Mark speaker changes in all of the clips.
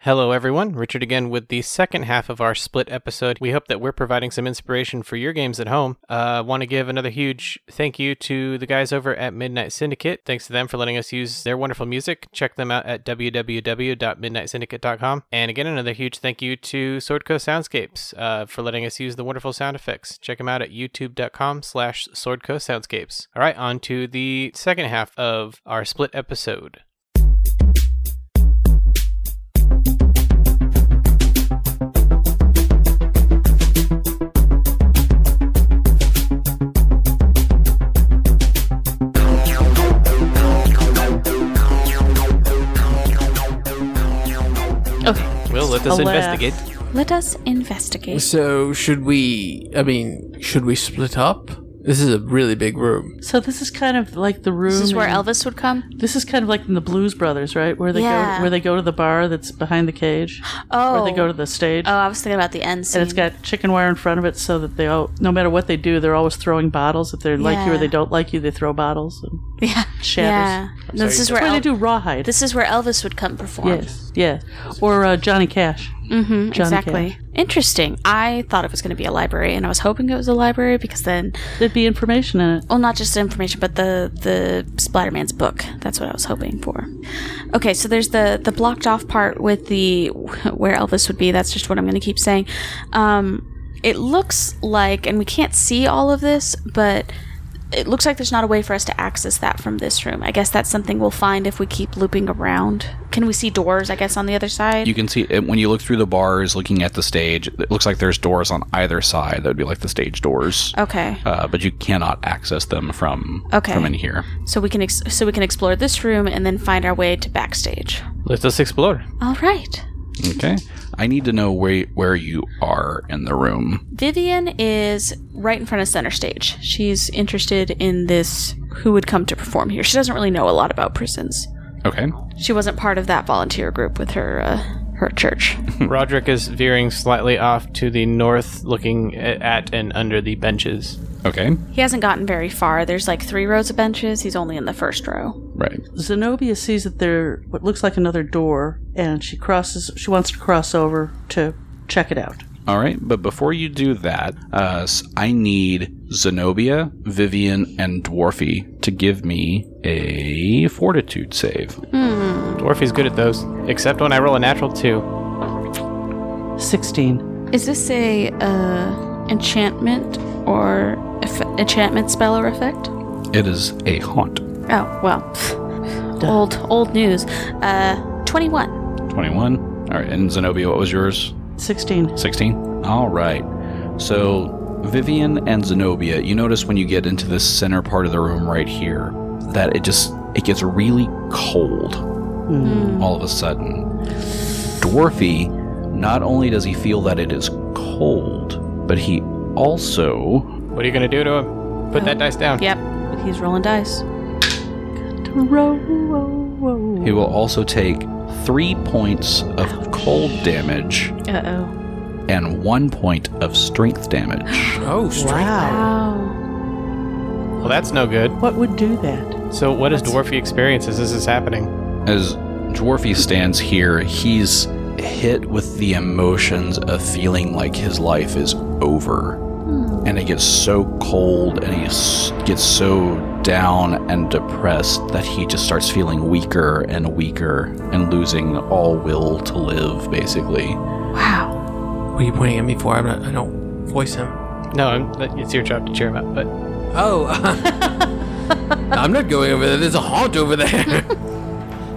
Speaker 1: Hello, everyone. Richard again with the second half of our split episode. We hope that we're providing some inspiration for your games at home. Uh, Want to give another huge thank you to the guys over at Midnight Syndicate. Thanks to them for letting us use their wonderful music. Check them out at www.midnightsyndicate.com. And again, another huge thank you to Sword Coast Soundscapes uh, for letting us use the wonderful sound effects. Check them out at youtube.com slash Sword Coast Soundscapes. All right, on to the second half of our split episode.
Speaker 2: Okay,
Speaker 1: Will, let us
Speaker 2: Hello.
Speaker 1: investigate.
Speaker 2: let us investigate.
Speaker 3: So should we? I mean, should we split up? This is a really big room.
Speaker 4: So this is kind of like the room.
Speaker 2: This is where
Speaker 4: in-
Speaker 2: Elvis would come.
Speaker 4: This is kind of like in the Blues Brothers, right? Where they
Speaker 2: Yeah.
Speaker 4: go, where they go to the bar that's behind the cage,
Speaker 2: Oh,
Speaker 4: or they go to the stage,
Speaker 2: oh, I was thinking about the end scene.
Speaker 4: and it's got chicken wire in front of it, so that they all, no matter what they do, they're always throwing bottles. If they like you
Speaker 2: Yeah.
Speaker 4: or they don't like you, they throw bottles and
Speaker 2: yeah, yeah.
Speaker 4: shatters.
Speaker 2: No, this is
Speaker 4: That's
Speaker 2: where
Speaker 4: why
Speaker 2: El-
Speaker 4: they do rawhide.
Speaker 2: this is where Elvis would come perform.
Speaker 4: yes, yeah, or uh, Johnny Cash.
Speaker 2: Mm-hmm,
Speaker 4: Johnny
Speaker 2: exactly. Interesting. I thought it was going to be a library, and I was hoping it was a library because then,
Speaker 4: There'd be information in it.
Speaker 2: well, not just information, but the the Splatterman's book. That's what I was hoping for. Okay, so there's the the blocked off part with the where Elvis would be. That's just what I'm going to keep saying. Um, it looks like, and we can't see all of this, but it looks like there's not a way for us to access that from this room. I guess that's something we'll find if we keep looping around. Can we see doors? I guess on the other side.
Speaker 5: You can see it when you look through the bars, looking at the stage. It looks like there's doors on either side. That would be like the stage doors,
Speaker 2: okay.
Speaker 5: uh, but you cannot access them from
Speaker 2: Okay.
Speaker 5: from in here.
Speaker 2: so we can ex- so we can explore this room and then find our way to backstage.
Speaker 1: Let us explore.
Speaker 2: All right.
Speaker 5: Okay, I need to know where where you are in the room.
Speaker 2: Vivian is right in front of center stage. She's interested in this who would come to perform here. She doesn't really know a lot about prisons.
Speaker 5: Okay,
Speaker 2: She wasn't part of that volunteer group with her uh, her church.
Speaker 1: Roderick is veering slightly off to the north, looking a- at and under the benches.
Speaker 5: okay,
Speaker 2: he hasn't gotten very far. There's like three rows of benches. He's only in the first row.
Speaker 5: right.
Speaker 4: Zenobia sees that there what looks like another door, and she crosses. She wants to cross over to check it out.
Speaker 5: All right, but before you do that, uh, s- I need Zenobia, Vivian, and Dwarfy to give me a fortitude save.
Speaker 1: Dwarfy's good at those, except when I roll a natural two.
Speaker 4: Sixteen.
Speaker 2: Is this a uh, enchantment or eff- enchantment spell or effect?
Speaker 5: It is a haunt.
Speaker 2: Oh well, pfft. old old news. Uh, twenty one.
Speaker 5: 21. All right, and Zenobia, what was yours?
Speaker 4: 16.
Speaker 5: 16. All right. So, Vivian and Zenobia, you notice when you get into this center part of the room right here that it just it gets really cold all of a sudden. Dwarfy, not only does he feel that it is cold, but he also
Speaker 1: What are you gonna do to him? Put that dice down.
Speaker 2: Yep. He's rolling dice.
Speaker 5: he will also take 3 points of cold damage
Speaker 2: Uh oh.
Speaker 5: and 1 point of strength damage.
Speaker 3: Oh, strength.
Speaker 4: Wow.
Speaker 2: Oh.
Speaker 1: Well, that's no good.
Speaker 4: What would do that?
Speaker 1: So, what does Dwarfy experience as this is happening?
Speaker 5: As Dwarfy stands here, he's hit with the emotions of feeling like his life is over.
Speaker 2: Hmm.
Speaker 5: And it gets so cold and he s- gets so down and depressed that he just starts feeling weaker and weaker and losing all will to live, basically.
Speaker 2: Wow.
Speaker 3: What are you pointing at me for? I'm not. I don't voice him.
Speaker 1: No, I'm, that- it's your job to cheer him up. But
Speaker 3: Oh. I'm not going over there. There's a haunt over there.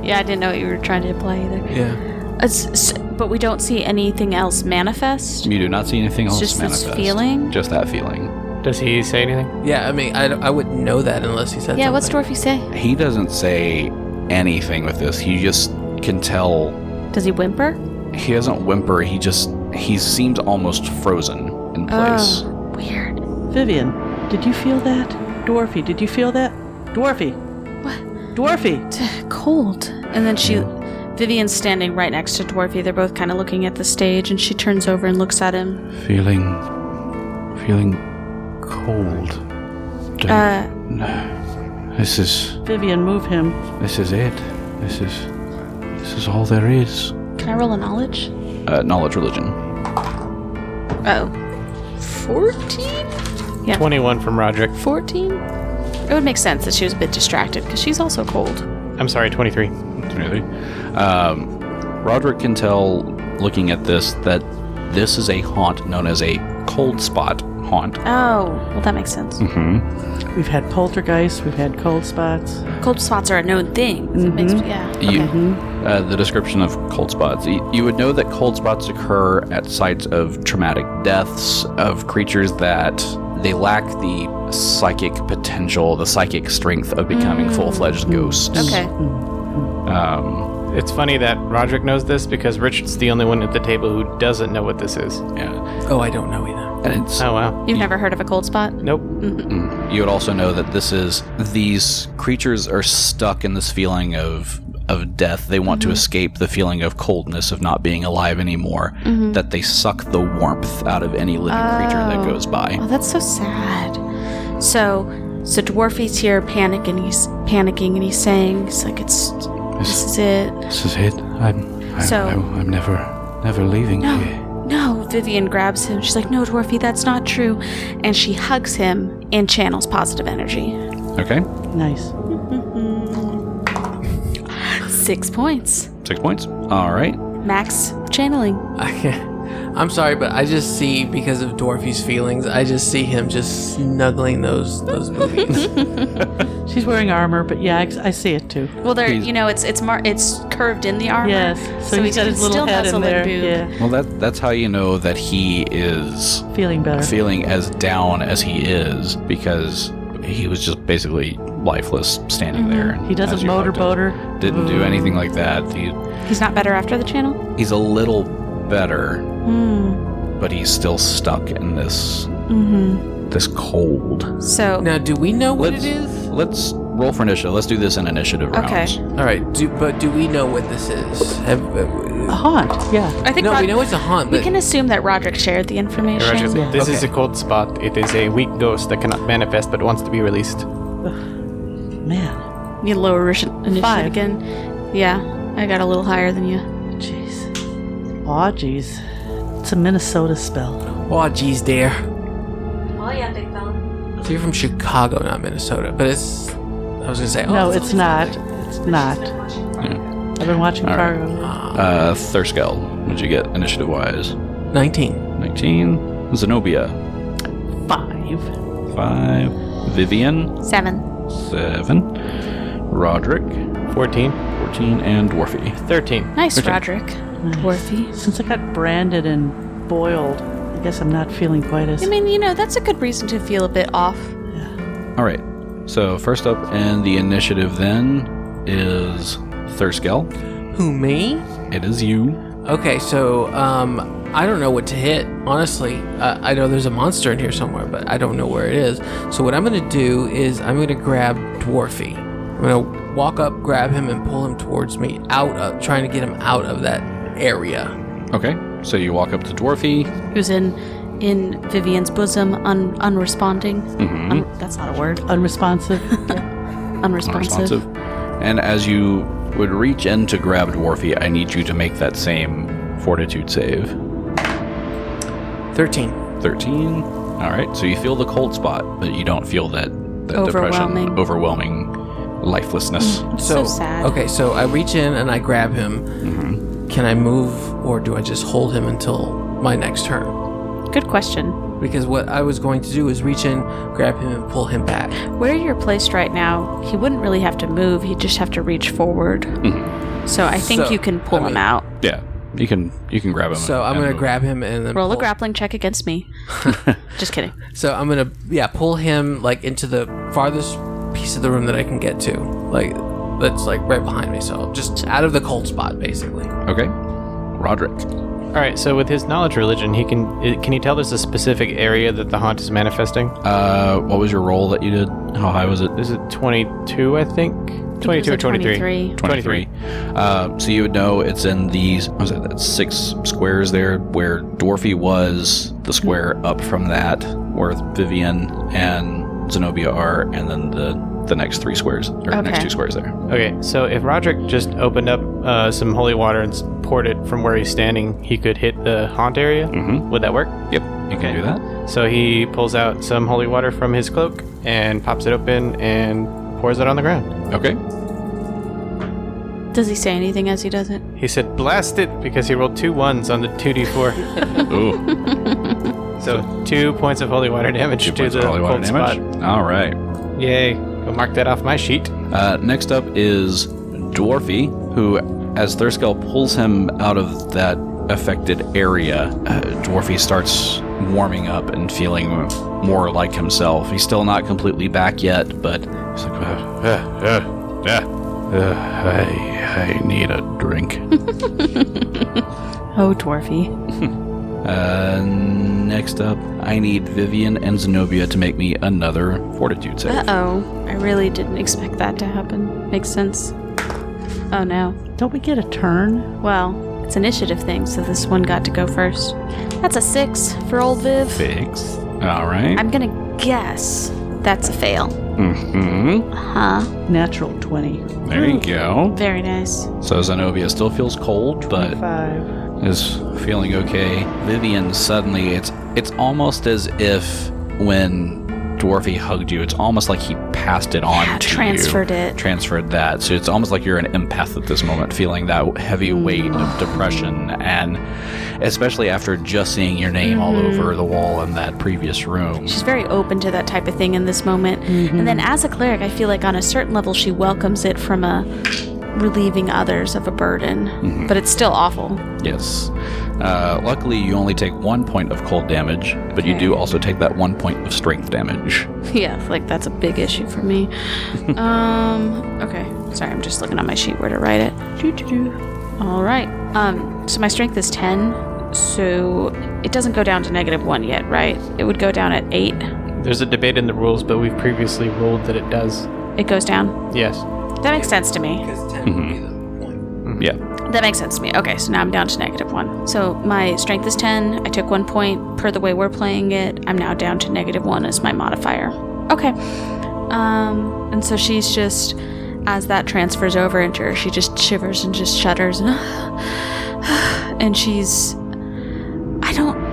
Speaker 2: Yeah, I didn't know what you were trying to apply either.
Speaker 3: yeah.
Speaker 2: It's, Uh, s but we don't see anything else manifest.
Speaker 5: You do not see anything
Speaker 2: It's
Speaker 5: else
Speaker 2: just this
Speaker 5: manifest.
Speaker 2: feeling?
Speaker 5: Just that feeling.
Speaker 1: does he say anything?
Speaker 3: Yeah. I mean, I, don't- I wouldn't know that unless he said.
Speaker 2: yeah. What's
Speaker 3: something.
Speaker 2: Dorothy say?
Speaker 5: He doesn't say anything with this. He just can tell
Speaker 2: Does he whimper?
Speaker 5: He doesn't whimper. He just he seems almost frozen in place.
Speaker 2: Oh, weird.
Speaker 4: Vivian, did you feel that? Dwarfy, did you feel that? Dwarfy. What? Dwarfy.
Speaker 2: Cold. And then she, Vivian's standing right next to Dorothy. They're both kind of looking at the stage, and she turns over and looks at him.
Speaker 5: Feeling, feeling cold. Don't-
Speaker 2: Uh,
Speaker 5: This is
Speaker 4: Vivian, move him.
Speaker 5: this is it. This is this is all there is.
Speaker 2: Can I roll a knowledge?
Speaker 5: Uh, knowledge religion.
Speaker 2: Oh.
Speaker 6: 14?
Speaker 1: 21 from Roderick.
Speaker 6: 14?
Speaker 2: It would make sense that she was a bit distracted because she's also cold.
Speaker 1: I'm sorry, 23.
Speaker 5: Really? Um, Roderick can tell, looking at this, that this is a haunt known as a cold spot haunt.
Speaker 2: Oh, well, that makes sense.
Speaker 4: We've had poltergeists, we've had cold spots.
Speaker 2: Cold spots are a known thing. So it makes, Mm-hmm. yeah.
Speaker 5: You,
Speaker 2: Mm-hmm.
Speaker 5: uh, the description of cold spots. You, you would know that cold spots occur at sites of traumatic deaths of creatures that they lack the psychic potential, the psychic strength of becoming full-fledged ghosts.
Speaker 2: Mm. Okay.
Speaker 1: It's funny that Roderick knows this because Richard's the only one at the table who doesn't know what this is.
Speaker 5: Yeah.
Speaker 3: Oh, I don't know either.
Speaker 5: And it's
Speaker 1: Oh, wow.
Speaker 2: You've never heard of a cold spot?
Speaker 1: Nope.
Speaker 5: you would also know that this is these creatures are stuck in this feeling of of death. They want to escape the feeling of coldness of not being alive anymore. That they suck the warmth out of any living creature that goes by.
Speaker 2: Oh, that's so sad. So, so Dwarfy's here panic and he's panicking and he's saying, "It's like it's this is it."
Speaker 5: This is it. I'm.
Speaker 2: So- I-
Speaker 5: I'm never, never leaving
Speaker 2: No, no. Vivian grabs him. She's like, "No, Dwarfy, that's not true," and she hugs him and channels positive energy.
Speaker 5: Okay,
Speaker 4: Nice.
Speaker 2: Six points,
Speaker 5: six points. All right.
Speaker 2: max channeling.
Speaker 3: I can't. I'm sorry, but I just see because of Dorothy's feelings. I just see him just snuggling those those movies.
Speaker 4: She's wearing armor, but yeah, I, I see it too.
Speaker 2: Well, there,
Speaker 5: He's-
Speaker 2: you know, it's it's mar- it's curved in the armor.
Speaker 4: Yes. So, he's got
Speaker 2: can
Speaker 4: his little
Speaker 2: still
Speaker 4: head in
Speaker 2: nuzzle
Speaker 4: there.
Speaker 2: and boob.
Speaker 4: Yeah.
Speaker 5: Well, that that's how you know that he is
Speaker 4: Feeling better.
Speaker 5: feeling as down as he is because he was just basically lifeless standing there. and
Speaker 4: he
Speaker 5: as
Speaker 4: doesn't
Speaker 5: you
Speaker 4: motor
Speaker 5: hugged him.
Speaker 4: boater.
Speaker 5: Didn't do anything like that. He,
Speaker 2: He's not better after the channel.
Speaker 5: he's a little better,
Speaker 3: Hmm.
Speaker 5: but he's still stuck in this this cold.
Speaker 2: So
Speaker 3: now, do we know Mm-hmm. what
Speaker 5: Let's-
Speaker 3: it is?
Speaker 5: Let's roll for initiative. Let's do this in initiative
Speaker 2: Okay.
Speaker 5: rounds.
Speaker 3: All right, do, but do we know what this is? Have,
Speaker 4: A
Speaker 3: uh,
Speaker 4: haunt. Yeah.
Speaker 2: I think
Speaker 3: no,
Speaker 2: Rod-
Speaker 3: we know it's a haunt,
Speaker 2: we
Speaker 3: but
Speaker 2: can assume that Roderick shared the
Speaker 1: Hey,
Speaker 2: information.
Speaker 1: Roderick, this is a
Speaker 3: Okay.
Speaker 1: cold spot. It is a weak ghost that cannot manifest but wants to be released.
Speaker 4: Man.
Speaker 2: You lower rish- initiative
Speaker 4: Five.
Speaker 2: again. Yeah, I got a little higher than you.
Speaker 4: Jeez. Aw, jeez. It's a Minnesota spell.
Speaker 3: oh, geez, there. So you're from Chicago, not Minnesota, but it's. I was gonna say. Oh,
Speaker 4: No,
Speaker 3: it's-
Speaker 4: it's not. It's not. I've been watching Fargo.
Speaker 5: Uh, Thurskel, what'd you get initiative wise?
Speaker 3: Nineteen.
Speaker 5: 19. Zenobia,
Speaker 4: Five.
Speaker 5: 5. Vivian,
Speaker 2: Seven.
Speaker 5: 7. Roderick,
Speaker 1: 14.
Speaker 5: 14. And Dwarfy.
Speaker 1: 13.
Speaker 2: Nice,
Speaker 5: Okay.
Speaker 2: Roderick. Dwarfy.
Speaker 4: Since I got branded and boiled, I guess I'm not feeling quite as.
Speaker 2: I mean, you know, that's a good reason to feel a bit off.
Speaker 5: All right. So, first up in the initiative then is Thurskel.
Speaker 3: Who me?
Speaker 5: It is you.
Speaker 3: Okay, so um, I don't know what to hit. Honestly, uh, I know there's a monster in here somewhere, but I don't know where it is. So what I'm gonna do is I'm gonna grab Dwarfy. I'm gonna walk up, grab him, and pull him towards me, out of trying to get him out of that area.
Speaker 5: Okay. So, you walk up to Dwarfy.
Speaker 2: Who's in in Vivian's bosom, un- unresponding. Un- that's not a word.
Speaker 4: Unresponsive.
Speaker 2: Unresponsive.
Speaker 5: Responsive. And as you would reach in to grab Dwarfy, I need you to make that same fortitude save.
Speaker 3: Thirteen.
Speaker 5: 13. All right. So, you feel the cold spot, but you don't feel that, that
Speaker 2: Overwhelming.
Speaker 5: depression, overwhelming lifelessness.
Speaker 3: So,
Speaker 2: So sad.
Speaker 3: Okay, so I reach in and I grab him. Can I move, or do I just hold him until my next turn?
Speaker 2: Good question.
Speaker 3: Because what I was going to do is reach in, grab him, and pull him back.
Speaker 2: Where you're placed right now, he wouldn't really have to move. He'd just have to reach forward. So I think
Speaker 3: So,
Speaker 2: you can pull him
Speaker 3: I mean-
Speaker 2: out.
Speaker 5: Yeah, you can you can grab him.
Speaker 3: So I'm
Speaker 5: and
Speaker 3: gonna
Speaker 5: move.
Speaker 3: grab him and then
Speaker 2: Roll a
Speaker 3: pull-
Speaker 2: grappling check against me. just kidding.
Speaker 3: So I'm gonna yeah pull him like into the farthest piece of the room that I can get to, like that's like right behind me. So just out of the cold spot, basically.
Speaker 5: Okay, Roderick.
Speaker 1: All right, so with his knowledge religion, he can i- can you tell there's a specific area that the haunt is manifesting?
Speaker 5: Uh, what was your roll that you did? How high was it?
Speaker 1: This is 22, I think. 22 or
Speaker 2: a
Speaker 1: 23.
Speaker 2: 23.
Speaker 5: 23. Uh, so you would know it's in these what was it, that six squares there where Dorothy was, the square up from that where Vivian and Zenobia are, and then the the next three squares or the next
Speaker 2: Okay.
Speaker 5: two squares there.
Speaker 1: Okay, so if Roderick just opened up uh, some holy water and s- poured it from where he's standing, he could hit the haunt area.
Speaker 5: Mhm.
Speaker 1: Would that work?
Speaker 5: Yep, you
Speaker 1: Okay.
Speaker 5: can do that.
Speaker 1: So he pulls out some holy water from his cloak and pops it open and pours it on the ground.
Speaker 5: Okay.
Speaker 2: Does he say anything as he does it?
Speaker 1: He said, "Blast it!" because he rolled two ones on the two d4.
Speaker 5: Ooh,
Speaker 1: so two points of holy water damage
Speaker 5: two
Speaker 1: to
Speaker 5: points
Speaker 1: the
Speaker 5: of holy water
Speaker 1: cold
Speaker 5: damage. All right.
Speaker 1: spot. Yay! I'll mark that off my sheet.
Speaker 5: Uh, next up is Dwarfy, who, as Thurskell pulls him out of that affected area, uh, Dwarfy starts warming up and feeling more like himself. He's still not completely back yet, but he's like, "Uh, uh, uh, uh, uh, I, I need a drink.
Speaker 2: Oh, dwarfy.
Speaker 5: uh, next up, I need Vivian and Zenobia to make me another fortitude save.
Speaker 2: Uh oh. I really didn't expect that to happen. Makes sense. Oh no.
Speaker 4: Don't we get a turn?
Speaker 2: Well, it's initiative thing, so this one got to go first. That's a six for old Viv.
Speaker 5: Six. All right.
Speaker 2: I'm gonna guess that's a fail.
Speaker 5: Mm-hmm.
Speaker 2: Huh?
Speaker 4: Natural 20.
Speaker 5: There you go.
Speaker 2: Very nice.
Speaker 5: So Zenobia still feels cold, but
Speaker 4: Five.
Speaker 5: is feeling okay. Vivian suddenly it's it's almost as if when Dwarfy hugged you, it's almost like he passed it on
Speaker 2: Yeah,
Speaker 5: to
Speaker 2: transferred
Speaker 5: you.
Speaker 2: it.
Speaker 5: Transferred that. So it's almost like you're an empath at this moment, feeling that heavy weight of depression and especially after just seeing your name all
Speaker 2: Mm-hmm.
Speaker 5: over the wall in that previous room.
Speaker 2: She's very open to that type of thing in this moment. And then as a cleric, I feel like on a certain level she welcomes it from a relieving others of a burden. But it's still awful.
Speaker 5: Yes. Uh, luckily, you only take one point of cold damage, but you do also take that one point of strength damage.
Speaker 2: yeah, like that's a big issue for me. um, okay. Sorry, I'm just looking on my sheet where to write it. All right. Um, so my strength is 10, so it doesn't go down to negative 1 yet, right? It would go down at 8.
Speaker 1: There's a debate in the rules, but we've previously ruled that it does.
Speaker 2: It goes down.
Speaker 1: Yes.
Speaker 2: That makes sense to me.
Speaker 3: Because 10 would be the point.
Speaker 5: Yeah.
Speaker 2: That makes sense to me. Okay, so now I'm down to negative one. So my strength is 10. I took one point. Per the way we're playing it, I'm now down to negative one as my modifier. Okay. Um, and so she's just, as that transfers over into her, she just shivers and just shudders. And, and she's. I don't.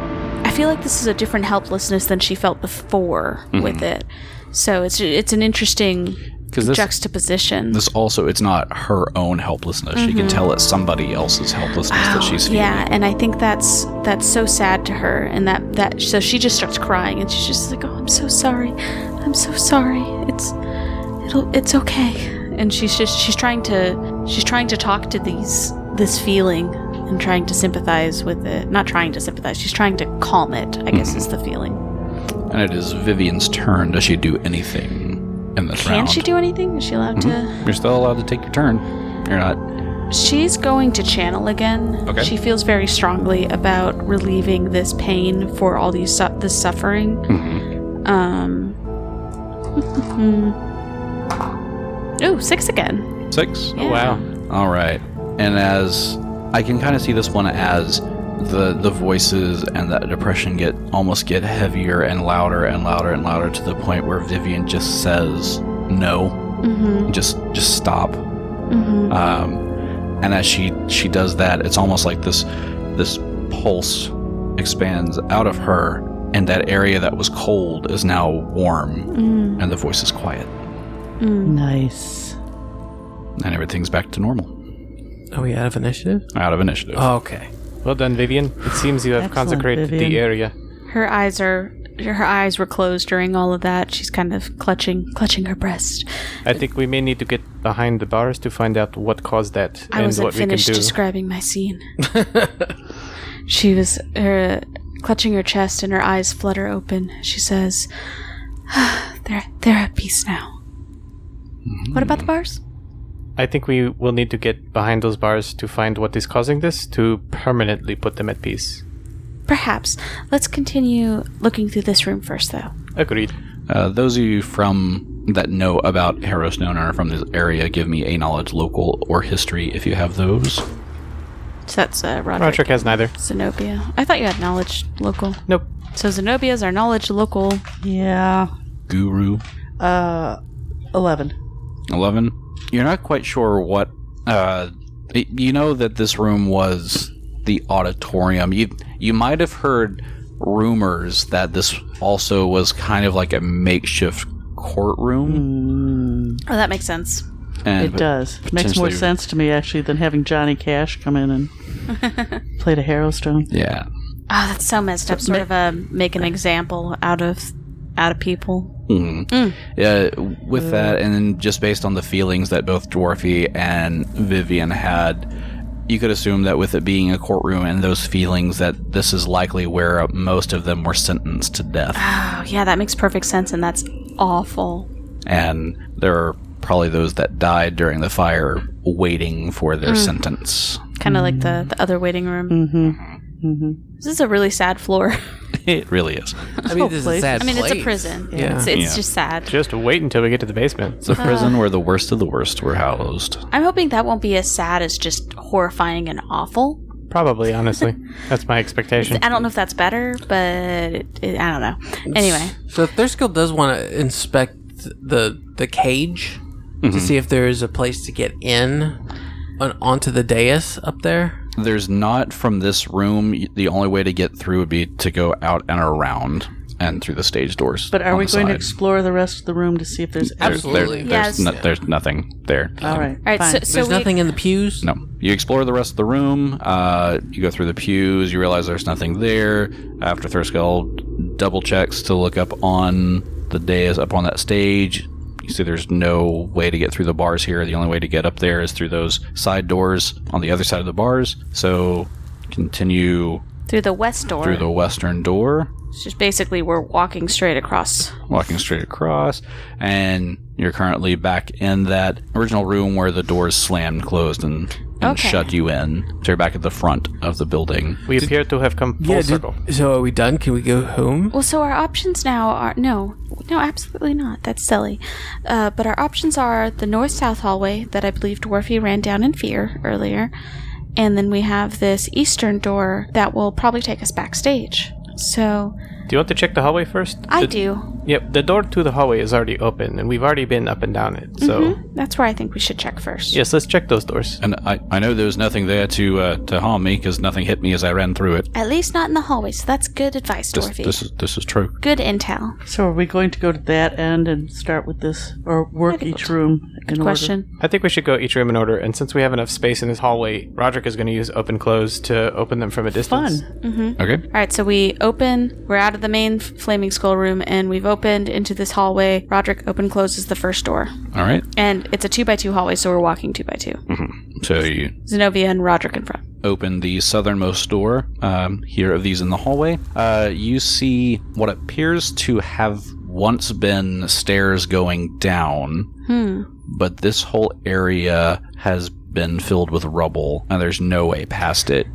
Speaker 2: I feel like this is a different helplessness than she felt before with it. So it's it's an interesting
Speaker 5: Mm-hmm. Because this,
Speaker 2: juxtaposition.
Speaker 5: this also, it's not her own helplessness. She can tell it's somebody else's helplessness that she's feeling.
Speaker 2: Mm-hmm. Yeah, and I think that's that's so sad to her, and that that so she just starts crying, and she's just like, "Oh, I'm so sorry, I'm so sorry. It's it'll it's okay." And she's just she's trying to she's trying to talk to these this feeling and trying to sympathize with it. Not trying to sympathize. She's trying to calm it. I guess is the feeling.
Speaker 5: And it is Vivian's turn. Does she do anything in this
Speaker 2: Can
Speaker 5: round?
Speaker 2: she do anything? Is she allowed to?
Speaker 5: You're still allowed to take your turn. You're not.
Speaker 2: She's going to channel again.
Speaker 5: Okay.
Speaker 2: She feels very strongly about relieving this pain for all these su- this suffering.
Speaker 5: Mm-hmm.
Speaker 2: Um. Ooh, six again.
Speaker 5: Six? Oh,
Speaker 2: Yeah.
Speaker 1: Wow.
Speaker 5: All right. And as I can kind of see this one as the the voices and that depression get almost get heavier and louder and louder and louder to the point where Vivian just says no,
Speaker 2: Mm-hmm.
Speaker 5: just just stop.
Speaker 2: Mm-hmm.
Speaker 5: um, and as she she does that it's almost like this this pulse expands out of her and that area that was cold is now warm
Speaker 2: Mm.
Speaker 5: and the voice is quiet
Speaker 2: Mm.
Speaker 4: Nice.
Speaker 5: and everything's back to normal
Speaker 3: Are we out of initiative?
Speaker 5: out of initiative
Speaker 3: okay.
Speaker 1: Well done, Vivian. It seems you have
Speaker 4: Excellent,
Speaker 1: consecrated the
Speaker 4: Vivian.
Speaker 1: area.
Speaker 2: Her eyes are her eyes were closed during all of that. She's kind of clutching clutching her breast.
Speaker 1: I think we may need to get behind the bars to find out what caused that
Speaker 2: I
Speaker 1: and
Speaker 2: wasn't
Speaker 1: what we can
Speaker 2: finished
Speaker 1: do.
Speaker 2: describing my scene. she was her, clutching her chest and her eyes flutter open. She says, "Ah, "They're they're at peace now." What about the
Speaker 1: Hmm.
Speaker 2: bars?
Speaker 1: I think we will need to get behind those bars to find what is causing this to permanently put them at peace.
Speaker 2: Perhaps. Let's continue looking through this room first, though.
Speaker 1: Agreed.
Speaker 5: uh, those of you from that know about Harrow Known and are from this area give me a knowledge local or history if you have those
Speaker 2: So that's uh, Roderick.
Speaker 1: Roderick has neither.
Speaker 2: Zenobia. I thought you had knowledge local.
Speaker 1: Nope.
Speaker 2: So Zenobia's our knowledge local.
Speaker 4: Yeah.
Speaker 5: guru
Speaker 4: Uh, Eleven.
Speaker 5: 11 you're not quite sure what uh it- you know that this room was the auditorium you you might have heard rumors that this also was kind of like a makeshift courtroom
Speaker 2: Oh, that makes sense.
Speaker 5: and
Speaker 4: Mm, It does. Makes more
Speaker 5: potentially-
Speaker 4: sense to me actually than having Johnny Cash come in and play the Harrowstone.
Speaker 5: yeah
Speaker 2: Oh, that's so messed up. Sort of a make an example out of out of people.
Speaker 5: Yeah, with that, and then just based on the feelings that both Dwarfy and Vivian had, you could assume that with it being a courtroom and those feelings, that this is likely where most of them were sentenced to death.
Speaker 2: Oh, yeah, that makes perfect sense, and that's awful.
Speaker 5: and there are probably those that died during the fire waiting for their
Speaker 4: Mm.
Speaker 5: sentence.
Speaker 2: Kind of like the the other waiting room. Mm-hmm. Mm-hmm. This is a really sad floor.
Speaker 5: It really is.
Speaker 3: I
Speaker 2: Oh,
Speaker 3: mean, this is a
Speaker 4: place.
Speaker 3: sad
Speaker 2: I mean, it's a
Speaker 3: place.
Speaker 2: prison.
Speaker 3: Yeah.
Speaker 2: It's, it's
Speaker 5: Yeah.
Speaker 2: just sad.
Speaker 1: Just wait until we get to the basement.
Speaker 5: It's
Speaker 4: Uh.
Speaker 5: a prison where the worst of the worst were housed.
Speaker 2: I'm hoping that won't be as sad as just horrifying and awful.
Speaker 1: Probably, honestly. That's my expectation.
Speaker 2: I don't know if that's better, but it, it- I don't know. Anyway,
Speaker 3: So if Thurskill does want to inspect the the cage
Speaker 1: Mm-hmm.
Speaker 3: to see if there is a place to get in on, onto the dais up there.
Speaker 5: There's not from this room. y- The only way to get through would be to go out and around and through the stage doors.
Speaker 4: But are
Speaker 5: on
Speaker 4: we
Speaker 5: the
Speaker 4: going to
Speaker 5: side.
Speaker 4: explore the rest of the room to see if there's
Speaker 5: There- there-
Speaker 3: Absolutely.
Speaker 2: Yes.
Speaker 5: there's, no- there's nothing there.
Speaker 4: All right.
Speaker 2: all right. So,
Speaker 4: fine.
Speaker 2: so
Speaker 3: There's
Speaker 2: we,
Speaker 3: nothing in the pews.
Speaker 5: No. You explore the rest of the room. Uh, you go through the pews. You realize there's nothing there. After Thurskill double checks to look up on the dais up on that stage, you see there's no way to get through the bars here. The only way to get up there is through those side doors on the other side of the bars. So continue
Speaker 2: through the west door.
Speaker 5: through the western door.
Speaker 2: It's just basically we're walking straight across.
Speaker 5: walking straight across, and you're currently back in that original room where the doors slammed closed and, and
Speaker 2: Okay.
Speaker 5: shut you in. So you're back at the front of the building.
Speaker 1: we appear to have come full
Speaker 3: Yeah, did-
Speaker 1: circle.
Speaker 3: so are we done? Can we go home?
Speaker 2: Well, so our options now are no, no, absolutely not. That's silly. Uh, but our options are the north-south hallway that I believe Dwarfy ran down in fear earlier, and then we have this eastern door that will probably take us backstage. So
Speaker 1: Do you want to check the hallway first?
Speaker 2: I
Speaker 1: The-
Speaker 2: do.
Speaker 1: Yep, the door to the hallway is already open, and we've already been up and down it. So,
Speaker 4: Mm-hmm.
Speaker 2: That's where I think we should check first.
Speaker 1: yes, let's check those doors.
Speaker 5: And I, I know there's nothing there to uh, to harm me because nothing hit me as I ran through it.
Speaker 2: At least not in the hallway. So that's good advice,
Speaker 5: This,
Speaker 2: Dwarfy.
Speaker 5: this is this is true.
Speaker 2: Good intel.
Speaker 4: So are we going to go to that end and start with this, or work each room in
Speaker 2: Question.
Speaker 1: I think we should go each room in order, and since we have enough space in this hallway, Roderick is going to use open close to open them from a distance.
Speaker 4: order? Fun.
Speaker 5: Okay.
Speaker 2: All right, so we open. We're out of the main f- flaming skull room, and we've opened into this hallway. Roderick open closes the first door,
Speaker 5: All right.
Speaker 2: and it's a two by two hallway, so we're walking two by two.
Speaker 5: So you
Speaker 2: Zenobia and Roderick in front.
Speaker 5: open the southernmost door um, here of these in the hallway, uh, you see what appears to have once been stairs going down, but this whole area has been filled with rubble, and there's no way past it.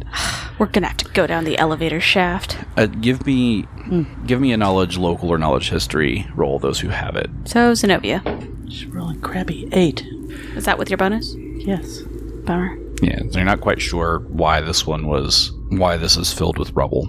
Speaker 2: We're gonna have to go down the elevator shaft.
Speaker 5: Uh, give me, give me a knowledge local or knowledge history roll. Those who have it.
Speaker 2: So Zenobia,
Speaker 4: She's rolling crappy eight.
Speaker 2: is that with your bonus?
Speaker 4: Yes.
Speaker 2: Bummer.
Speaker 5: Yeah, they're not quite sure why this one was, why this is filled with rubble,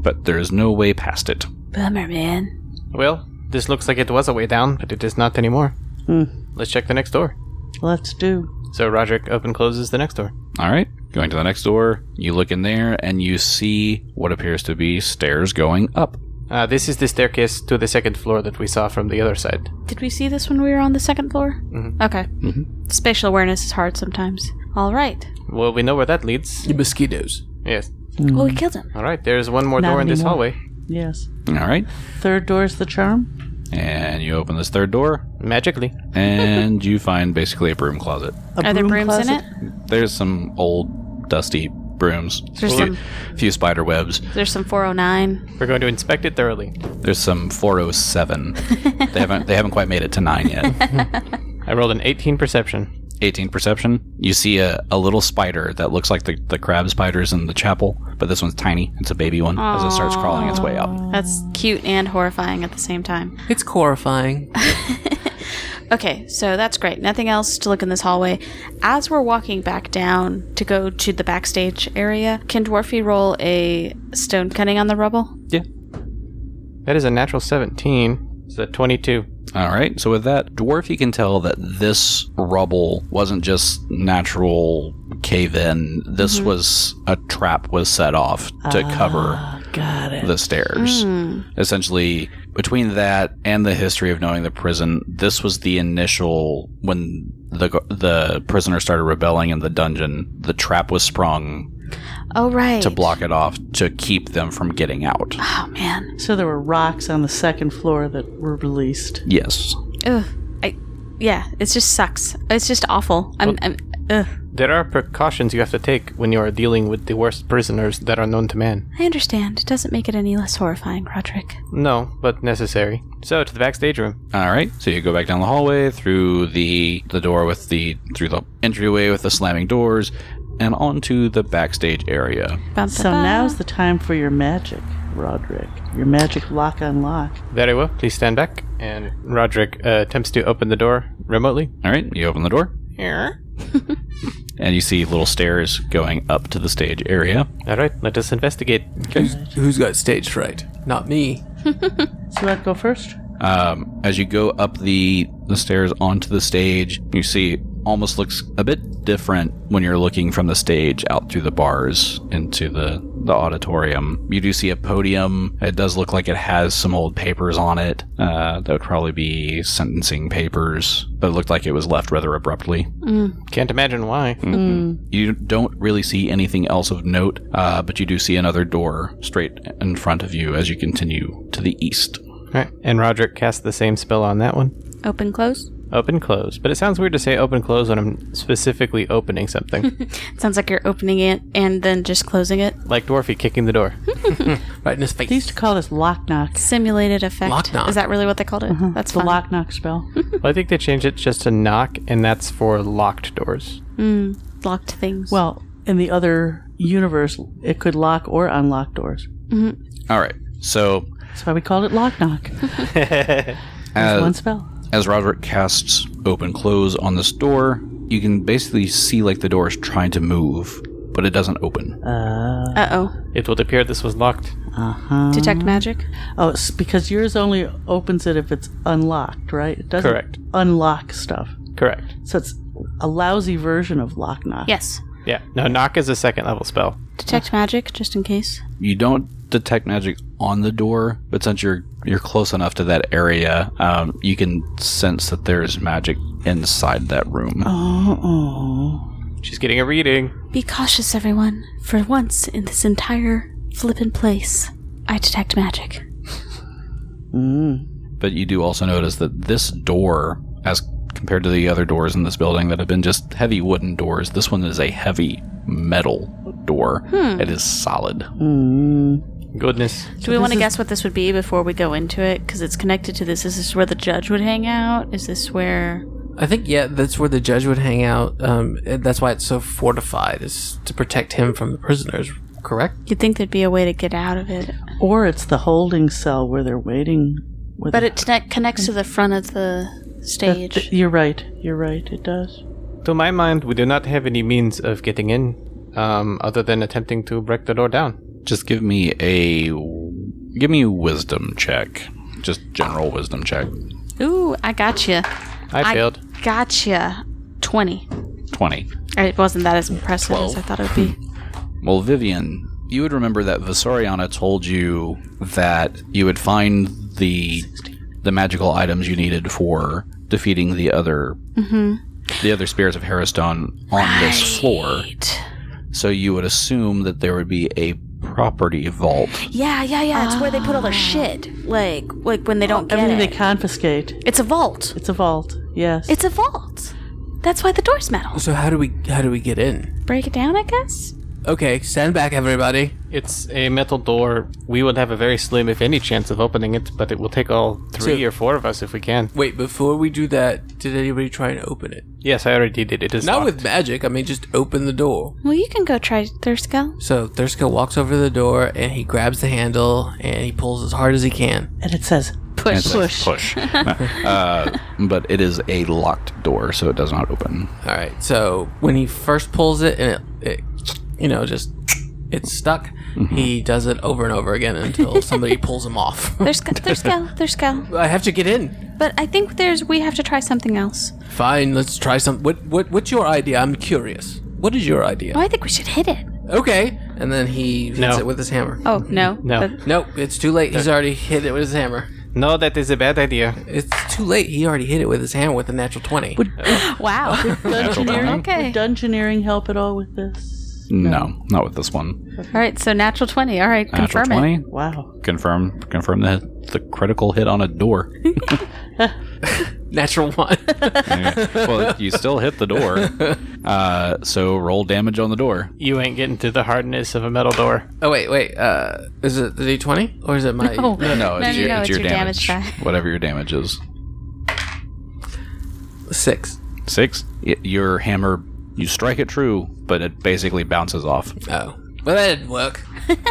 Speaker 5: but there is no way past it.
Speaker 2: Bummer, man.
Speaker 1: Well, this looks like it was a way down, but it is not anymore.
Speaker 4: Mm.
Speaker 1: Let's check the next door.
Speaker 4: Let's do.
Speaker 1: So Roderick open closes the next door.
Speaker 5: All right. Going to the next door, you look in there and you see what appears to be stairs going up.
Speaker 1: Uh, this is the staircase to the second floor that we saw from the other side.
Speaker 2: Did we see this when we were on the second floor? Okay.
Speaker 4: Mm-hmm.
Speaker 2: Spatial awareness is hard sometimes. All right.
Speaker 1: Well, we know where that leads.
Speaker 3: The mosquitoes.
Speaker 1: Yes.
Speaker 4: Mm-hmm.
Speaker 2: Well, we killed him.
Speaker 1: All right, there's one more
Speaker 4: Not
Speaker 1: door in this
Speaker 4: anymore.
Speaker 1: hallway.
Speaker 4: Yes.
Speaker 5: All right.
Speaker 4: Third door is the charm.
Speaker 5: And you open this third door
Speaker 1: Magically.
Speaker 5: and you find basically a broom closet.
Speaker 4: A
Speaker 2: Are there
Speaker 4: broom
Speaker 2: brooms in
Speaker 4: closet.
Speaker 2: it?
Speaker 5: There's some old dusty brooms.
Speaker 2: There's
Speaker 5: a few,
Speaker 2: some-
Speaker 5: few spider webs.
Speaker 2: There's some 409.
Speaker 1: We're going to inspect it thoroughly.
Speaker 5: There's some 407. they haven't they haven't quite made it to 9 yet.
Speaker 1: I rolled an 18 perception.
Speaker 5: 18 perception. You see a, a little spider that looks like the, the crab spiders in the chapel, but this one's tiny. It's a baby one as it starts crawling its way up.
Speaker 2: That's cute and horrifying at the same time.
Speaker 3: It's horrifying.
Speaker 2: Okay, so that's great. Nothing else to look in this hallway. As we're walking back down to go to the backstage area, can Dwarfy roll a stone cutting on the rubble?
Speaker 1: That is a natural 17. It's a 22.
Speaker 5: All right. So with that, Dwarfy can tell that this rubble wasn't just natural cave in. This was a trap was set off to cover
Speaker 4: Got it.
Speaker 5: the stairs. Essentially, between that and the history of knowing the prison, this was the initial when the the prisoner started rebelling in the dungeon. The trap was sprung
Speaker 2: Oh right.
Speaker 5: to block it off to keep them from getting out.
Speaker 2: Oh man.
Speaker 4: So there were rocks on the second floor that were released.
Speaker 5: Yes.
Speaker 2: Ugh. I. Yeah. It just sucks. It's just awful. I'm. I'm ugh.
Speaker 1: There are precautions you have to take when you are dealing with the worst prisoners that are known to man.
Speaker 2: I understand. It doesn't make it any less horrifying, Roderick.
Speaker 1: No, but necessary. So to the backstage room.
Speaker 5: All right. So you go back down the hallway through the the door with the through the entryway with the slamming doors, and onto the backstage area.
Speaker 2: Bum,
Speaker 4: So
Speaker 2: bum,
Speaker 4: now's the time for your magic, Roderick. Your magic lock unlock.
Speaker 1: Very well. Please stand back. And Roderick uh, attempts to open the door remotely.
Speaker 5: All right. You open the door,
Speaker 1: Here.
Speaker 5: and you see little stairs going up to the stage area.
Speaker 1: All right. Let us investigate.
Speaker 3: Who's got stage fright? Not me.
Speaker 4: So I'd go first.
Speaker 5: Um, as you go up the the stairs onto the stage, you see almost looks a bit different when you're looking from the stage out through the bars into the the auditorium. You do see a podium. It does look like it has some old papers on it. Uh, that would probably be sentencing papers, but it looked like it was left rather abruptly.
Speaker 1: Can't imagine why.
Speaker 5: You don't really see anything else of note, uh, but you do see another door straight in front of you as you continue to the east.
Speaker 1: All right. And Roderick casts the same spell on that one.
Speaker 2: Open, close.
Speaker 1: Open close. But it sounds weird to say open close when I'm specifically opening something.
Speaker 2: Sounds like you're opening it and then just closing it.
Speaker 1: like Dwarfy kicking the door.
Speaker 3: Right in his face.
Speaker 4: They used to call this lock knock. It's
Speaker 2: Simulated effect.
Speaker 3: Lock knock.
Speaker 2: Is that really what they called it? That's
Speaker 4: the
Speaker 2: fun.
Speaker 4: lock knock spell.
Speaker 2: Hmm.
Speaker 1: Well, I think they changed it just to knock, and that's for locked doors.
Speaker 2: Locked things.
Speaker 4: well, in the other universe, it could lock or unlock doors.
Speaker 5: All right. So
Speaker 4: That's why we called it lock knock.
Speaker 2: Uh,
Speaker 5: as,
Speaker 4: One spell.
Speaker 5: as Roderick casts open close on this door, you can basically see like the door is trying to move, but it doesn't open.
Speaker 2: Uh oh.
Speaker 1: It would appear this was locked.
Speaker 2: Detect magic.
Speaker 4: Oh, it's because yours only opens it if it's unlocked, right? It doesn't
Speaker 1: Correct.
Speaker 4: unlock stuff.
Speaker 1: Correct.
Speaker 4: So it's a lousy version of lock knock.
Speaker 2: Yes.
Speaker 1: Yeah. No, knock is a second level spell.
Speaker 2: Detect magic, just in case.
Speaker 5: You don't detect magic on the door, but since you're you're close enough to that area, um, you can sense that there's magic inside that room.
Speaker 1: She's getting a reading.
Speaker 2: Be cautious, everyone. For once in this entire flippin' place, I detect magic.
Speaker 5: But you do also notice that this door, as compared to the other doors in this building that have been just heavy wooden doors, this one is a heavy metal door. It is solid.
Speaker 1: Goodness.
Speaker 2: Do we want to guess what this would be before we go into it? Because it's connected to this. Is this where the judge would hang out? Is this where.
Speaker 3: I think yeah, that's where the judge would hang out. Um, and that's why it's so fortified is to protect him from the prisoners. Correct.
Speaker 2: You'd think there'd be a way to get out of it.
Speaker 4: Or it's the holding cell where they're waiting. Where
Speaker 2: But
Speaker 4: they-
Speaker 2: it connect- connects to the front of the stage.
Speaker 4: Th- You're right. You're right. It does.
Speaker 1: To my mind, we do not have any means of getting in, um, other than attempting to break the door down.
Speaker 5: Just give me a give me a wisdom check. Just general wisdom check.
Speaker 2: Ooh, I gotcha.
Speaker 1: I failed.
Speaker 2: Gotcha. 20.
Speaker 5: 20.
Speaker 2: It wasn't that as impressive as I thought it would be.
Speaker 5: Well, Vivian, you would remember that Visoriana told you that you would find the the magical items you needed for defeating the other the other spirits of Harrowstone on this floor. So you would assume that there would be a property vault.
Speaker 7: Yeah, yeah, yeah. It's where they put all their
Speaker 2: Ah.
Speaker 7: shit. Like, like when they
Speaker 2: Oh,
Speaker 7: don't get
Speaker 4: Everything
Speaker 7: it.
Speaker 4: they confiscate.
Speaker 7: it's a vault.
Speaker 4: It's a vault. Yes.
Speaker 7: It's a vault. That's why the door's metal.
Speaker 3: So how do we how do we get in?
Speaker 2: Break it down, I guess?
Speaker 3: Okay, stand back, everybody.
Speaker 1: It's a metal door. We would have a very slim, if any, chance of opening it, but it will take all three
Speaker 3: So-
Speaker 1: or four of us if we can.
Speaker 3: Wait, before we do that, did anybody try and open it?
Speaker 1: Yes, I already did it. It is
Speaker 3: Not
Speaker 1: locked.
Speaker 3: with magic. I mean, just open the door.
Speaker 2: Well, you can go try Thurskell.
Speaker 3: So Thurskill walks over to the door and he grabs the handle and he pulls as hard as he can.
Speaker 4: and it says
Speaker 5: And it's like,
Speaker 4: Push.
Speaker 5: push. uh, but it is a locked door, so it does not open.
Speaker 3: All right. So when he first pulls it and it, it you know, just it's stuck. He does it over and over again until somebody pulls him off.
Speaker 2: There's go, there's go, there's go.
Speaker 3: I have to get in.
Speaker 2: But I think there's we have to try something else.
Speaker 3: Fine, let's try some. What, what what's your idea? I'm curious. What is your
Speaker 7: Oh,
Speaker 3: idea?
Speaker 7: I think we should hit it.
Speaker 3: Okay, and then he hits
Speaker 1: No.
Speaker 3: it with his hammer.
Speaker 2: Oh no,
Speaker 1: No.
Speaker 2: But-
Speaker 3: Nope, it's too late. He's already hit it with his hammer.
Speaker 1: No, that is a bad idea.
Speaker 3: It's too late. He already hit it with his hammer with a natural twenty.
Speaker 2: wow.
Speaker 5: Natural
Speaker 4: Dungeoneering?
Speaker 2: Okay.
Speaker 4: Would dungeoneering help at all with this?
Speaker 5: No, not with this one.
Speaker 2: All right, so natural twenty. All right,
Speaker 5: Natural
Speaker 2: confirm
Speaker 5: twenty.
Speaker 2: it.
Speaker 4: Wow.
Speaker 5: Confirm. Confirm the the critical hit on a door.
Speaker 3: Natural one.
Speaker 5: well, you still hit the door. Uh, so roll damage on the door.
Speaker 1: You ain't getting through the hardness of a metal door.
Speaker 3: oh wait, wait. Uh, is it the d twenty or is it my?
Speaker 2: No.
Speaker 5: No,
Speaker 2: No,
Speaker 5: it's,
Speaker 2: no,
Speaker 5: your,
Speaker 2: no,
Speaker 5: it's your damage.
Speaker 2: die.
Speaker 5: whatever your damage is.
Speaker 3: Six.
Speaker 5: Six. Y- your hammer. You strike it true, but it basically bounces off.
Speaker 3: Oh, well that didn't work.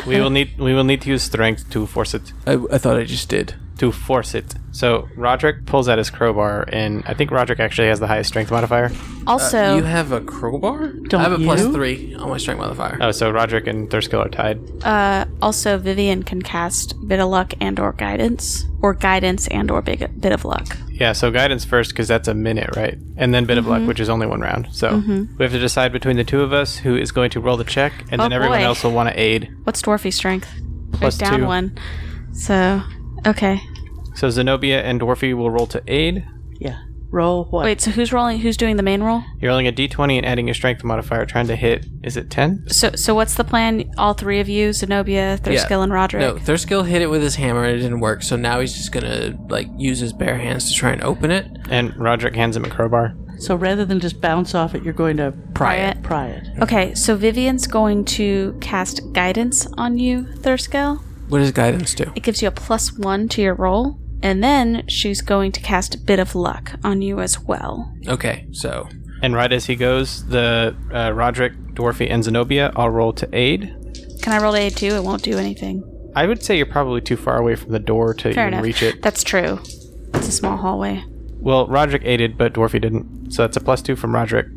Speaker 1: We will need we will need to use strength to force it.
Speaker 3: I, I thought I just did.
Speaker 1: To force it. So Roderick pulls out his crowbar, and I think Roderick actually has the highest strength modifier.
Speaker 2: Also,
Speaker 3: You have a crowbar?
Speaker 4: Don't
Speaker 3: I have a plus
Speaker 4: you?
Speaker 3: three on my strength modifier.
Speaker 1: Oh, so Roderick and Thurskill are tied.
Speaker 2: uh, also Vivian can cast bit of luck and or guidance, or guidance and or big bit of luck.
Speaker 1: Yeah, so guidance first because that's a minute, right? And then bit of
Speaker 2: Mm-hmm.
Speaker 1: luck, which is only one round. So we have to decide between the two of us who is going to roll the check, and then
Speaker 2: Oh,
Speaker 1: everyone
Speaker 2: boy.
Speaker 1: else will want to aid.
Speaker 2: What's Dwarfy's strength? They're
Speaker 1: Plus
Speaker 2: down
Speaker 1: two.
Speaker 2: one. So okay.
Speaker 1: So Zenobia and Dwarfy will roll to aid.
Speaker 4: Yeah. Roll what?
Speaker 2: Wait, so who's rolling? Who's doing the main roll?
Speaker 1: You're rolling a d20 and adding your strength modifier, trying to hit. Is it 10?
Speaker 2: So so what's the plan? All three of you, Zenobia, Thurskill, and Roderick.
Speaker 3: No, Thurskill hit it with his hammer and it didn't work, so now he's just gonna like use his bare hands to try and open it.
Speaker 1: And Roderick hands him a crowbar.
Speaker 4: So rather than just bounce off it, you're going to pry
Speaker 2: it.
Speaker 4: Pry it.
Speaker 2: Okay, so Vivian's going to cast guidance on you, Thurskill.
Speaker 3: What does guidance do?
Speaker 2: It gives you a plus one to your roll, and then she's going to cast a bit of luck on you as well.
Speaker 3: Okay, so
Speaker 1: And right as he goes, the uh, Roderick, Dwarfy, and Zenobia all roll to aid.
Speaker 2: Can I roll to aid too? It won't do anything.
Speaker 1: I would say you're probably too far away from the door to
Speaker 2: Fair
Speaker 1: even
Speaker 2: enough.
Speaker 1: reach it.
Speaker 2: That's true. It's a small hallway.
Speaker 1: Well, Roderick aided, but Dwarfy didn't. So that's a plus two from Roderick.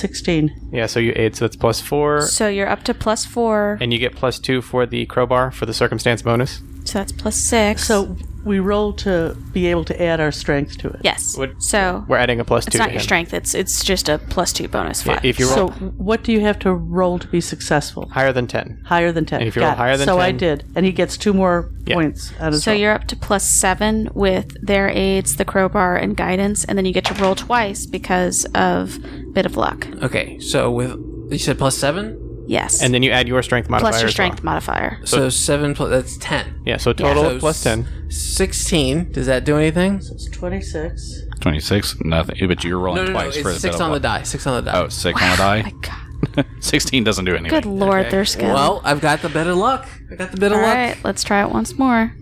Speaker 4: 16.
Speaker 1: Yeah, so you aid, so that's plus four.
Speaker 2: So you're up to plus four,
Speaker 1: And you get plus two for the crowbar for the circumstance bonus.
Speaker 2: so that's plus six.
Speaker 4: So we roll to be able to add our strength to it.
Speaker 2: yes.
Speaker 1: Would-
Speaker 2: so
Speaker 1: We're adding a plus
Speaker 2: it's
Speaker 1: two
Speaker 2: not
Speaker 1: to
Speaker 2: your
Speaker 1: him.
Speaker 2: strength. It's it's just a plus two bonus. Five.
Speaker 1: If you roll
Speaker 4: So what do you have to roll to be successful?
Speaker 1: higher than 10.
Speaker 4: Higher than 10.
Speaker 1: And if you roll
Speaker 4: Got it.
Speaker 1: higher than
Speaker 4: so I
Speaker 1: 10
Speaker 4: did. And he gets two more points out of
Speaker 2: So you're up to plus seven with their aids, the crowbar, and guidance, and then you get to roll twice because of bit of luck.
Speaker 3: okay, so with you said plus seven,
Speaker 2: Yes.
Speaker 1: And then you add your strength modifier.
Speaker 2: plus your
Speaker 1: as well.
Speaker 2: strength modifier.
Speaker 3: so, seven plus that's ten.
Speaker 1: Yeah, so total
Speaker 3: So
Speaker 1: of plus 10.
Speaker 3: Sixteen. Does that do anything?
Speaker 4: 26.
Speaker 5: Twenty six. Nothing. But you're rolling
Speaker 3: No, no, no.
Speaker 5: twice for
Speaker 3: It's
Speaker 5: the
Speaker 3: six
Speaker 5: bit
Speaker 3: on the
Speaker 5: of luck.
Speaker 3: die. Six on the die.
Speaker 5: Oh, six on the die.
Speaker 2: God.
Speaker 5: Sixteen doesn't do anything.
Speaker 2: Good lord, their skill.
Speaker 3: Well, I've got the better luck. I got the better
Speaker 2: All
Speaker 3: luck.
Speaker 2: right, let's try it once more.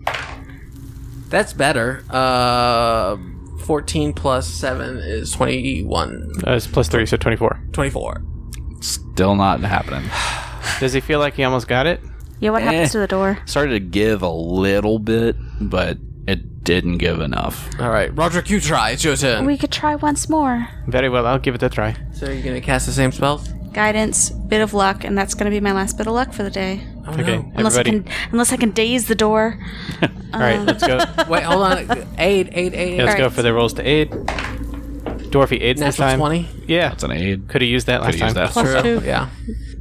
Speaker 3: That's better. Uh, 14 plus 7 is 21.
Speaker 1: Uh, it's plus three, so 24.
Speaker 3: 24.
Speaker 5: Still not happening.
Speaker 1: Does he feel like he almost got it?
Speaker 2: Yeah, what happens
Speaker 5: Eh.
Speaker 2: to the door?
Speaker 5: Started to give a little bit, but it didn't give enough.
Speaker 3: All right, Roderick, you try. It's your turn.
Speaker 2: We could try once more.
Speaker 1: Very well, I'll give it a try.
Speaker 3: so you're going to cast the same spells?
Speaker 2: Guidance, bit of luck, and that's going to be my last bit of luck for the day.
Speaker 3: Oh,
Speaker 1: Okay,
Speaker 3: no.
Speaker 2: Unless
Speaker 1: everybody.
Speaker 2: I can, uh, unless I can daze the door.
Speaker 1: All right, let's go.
Speaker 3: Wait, hold on. Aid, aid, aid.
Speaker 1: Let's go
Speaker 2: right.
Speaker 1: for the rolls to aid. Dwarfy aids this
Speaker 3: Natural
Speaker 1: time.
Speaker 3: 20.
Speaker 1: Yeah,
Speaker 5: That's an aid.
Speaker 1: could have used that last
Speaker 5: Could use
Speaker 1: time.
Speaker 5: that.
Speaker 4: Plus
Speaker 3: True.
Speaker 4: two.
Speaker 3: Yeah.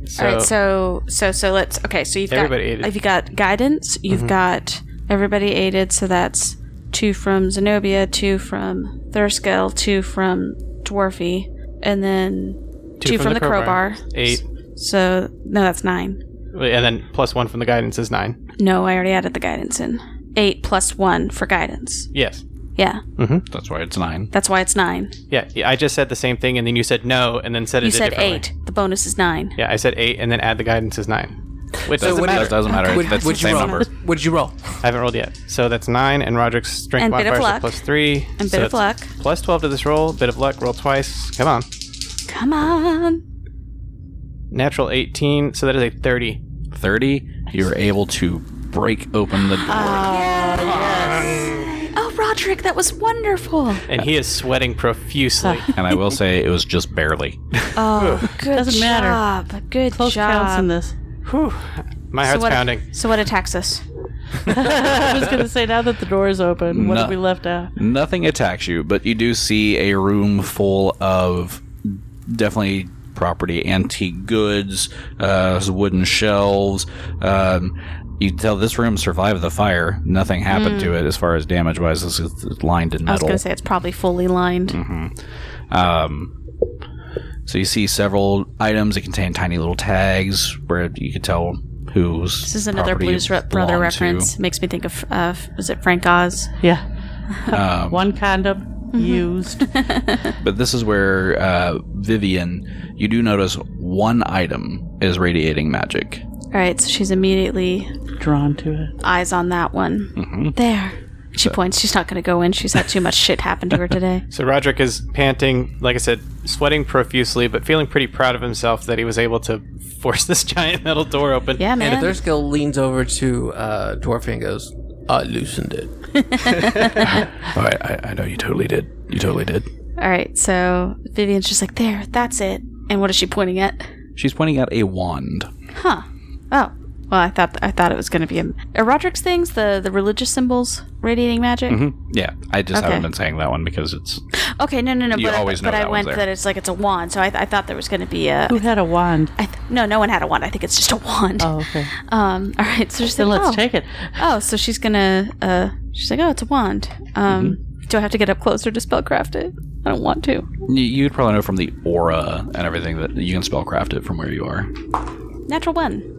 Speaker 1: So,
Speaker 2: All right, so so so let's okay. So you've
Speaker 1: Everybody
Speaker 2: got
Speaker 1: aided.
Speaker 2: if you got guidance, you've got everybody aided. So that's two from Zenobia, two from Thurskill, two from Dwarfy, and then two, from, the crowbar.
Speaker 1: Eight,
Speaker 2: So no, that's nine.
Speaker 1: and then plus one from the guidance is nine.
Speaker 2: No, I already added the guidance in. Eight plus one for guidance.
Speaker 1: Yes.
Speaker 2: Yeah,
Speaker 5: That's why it's nine.
Speaker 2: that's why it's nine.
Speaker 1: Yeah, yeah, I just said the same thing, and then you said no, and then said
Speaker 2: You
Speaker 1: it a
Speaker 2: said
Speaker 1: different way.
Speaker 2: eight. The bonus is nine.
Speaker 1: Yeah, I said eight, and then add the guidance is nine. Which doesn't
Speaker 3: what
Speaker 1: matter.
Speaker 5: That doesn't matter.
Speaker 3: Would-
Speaker 5: That's the
Speaker 3: would you
Speaker 5: same
Speaker 3: roll?
Speaker 5: number.
Speaker 3: What'd you roll?
Speaker 1: I haven't rolled yet. So that's nine, and Roderick's strength
Speaker 2: And bit of
Speaker 1: modifier is a
Speaker 2: luck.
Speaker 1: plus three.
Speaker 2: And bit
Speaker 1: so
Speaker 2: of
Speaker 1: it's
Speaker 2: luck.
Speaker 1: Plus 12 to this roll. Bit of luck. Roll twice. Come on.
Speaker 2: Come on.
Speaker 1: Natural 18. So that is a 30.
Speaker 5: 30, you're able to break open the door.
Speaker 2: Oh, Roderick, that was wonderful.
Speaker 1: And he is sweating profusely.
Speaker 5: and I will say it was just barely.
Speaker 2: Oh, good
Speaker 4: Doesn't matter.
Speaker 2: job. Good
Speaker 4: Close
Speaker 2: job.
Speaker 4: counts in this.
Speaker 1: Whew. My heart's
Speaker 2: what,
Speaker 1: pounding.
Speaker 2: So what attacks us?
Speaker 4: I was gonna say now that the door is open, what have
Speaker 5: No.
Speaker 4: we left out?
Speaker 5: Nothing attacks you, but you do see a room full of definitely property, antique goods, uh, wooden shelves. Um, you can tell this room survived the fire. Nothing happened to it as far as damage wise. This is lined in
Speaker 2: I was
Speaker 5: metal. Mm-hmm.
Speaker 2: gonna say it's probably fully lined.
Speaker 5: So you see several items that contain tiny little tags where you can tell who's.
Speaker 2: This is another Blues Re- Brother reference. Makes me think of uh, was it Frank Oz?
Speaker 4: Yeah.
Speaker 1: Um,
Speaker 4: One condom
Speaker 2: Mm-hmm.
Speaker 4: used.
Speaker 5: But this is where uh, Vivian, you do notice one item is radiating magic.
Speaker 2: All right, so she's immediately
Speaker 4: Drawn to it.
Speaker 2: eyes on that one.
Speaker 5: Mm-hmm.
Speaker 2: There. She points. She's not going to go in. She's had too much shit happen to her today.
Speaker 1: So Roderick is panting, like I said, sweating profusely, but feeling pretty proud of himself that he was able to force this giant metal door open.
Speaker 2: Yeah, man.
Speaker 3: Their skill leans over to uh, Dwarf and goes, I loosened it.
Speaker 5: All right, Oh, I, I know you totally did. You totally did.
Speaker 2: All right, so Vivian's just like, there, that's it. And what is she pointing at?
Speaker 5: She's pointing out a wand.
Speaker 2: Oh, well, I thought I thought it was going to be a, are Roderick's things, the the religious symbols, radiating magic.
Speaker 5: Yeah, I just
Speaker 2: Okay.
Speaker 5: haven't been saying that one because it's.
Speaker 2: Okay, no, no, no.
Speaker 5: You
Speaker 2: but I-
Speaker 5: always know
Speaker 2: but I
Speaker 5: that one's
Speaker 2: went
Speaker 5: there.
Speaker 2: that it's like it's a wand, so I, I thought there was going to be a.
Speaker 4: Who had a wand?
Speaker 2: I th- no, no one had a wand. I think it's just a wand.
Speaker 4: Oh, okay.
Speaker 2: Um. All right, so she's
Speaker 4: Then
Speaker 2: like,
Speaker 4: let's
Speaker 2: oh.
Speaker 4: take it.
Speaker 2: Oh, so she's gonna. Uh, she's like, oh, it's a wand. Um, do I have to get up closer to spellcraft it? I don't want to.
Speaker 5: You- You'd probably know from the aura and everything that you can spellcraft it from where you are.
Speaker 2: Natural one.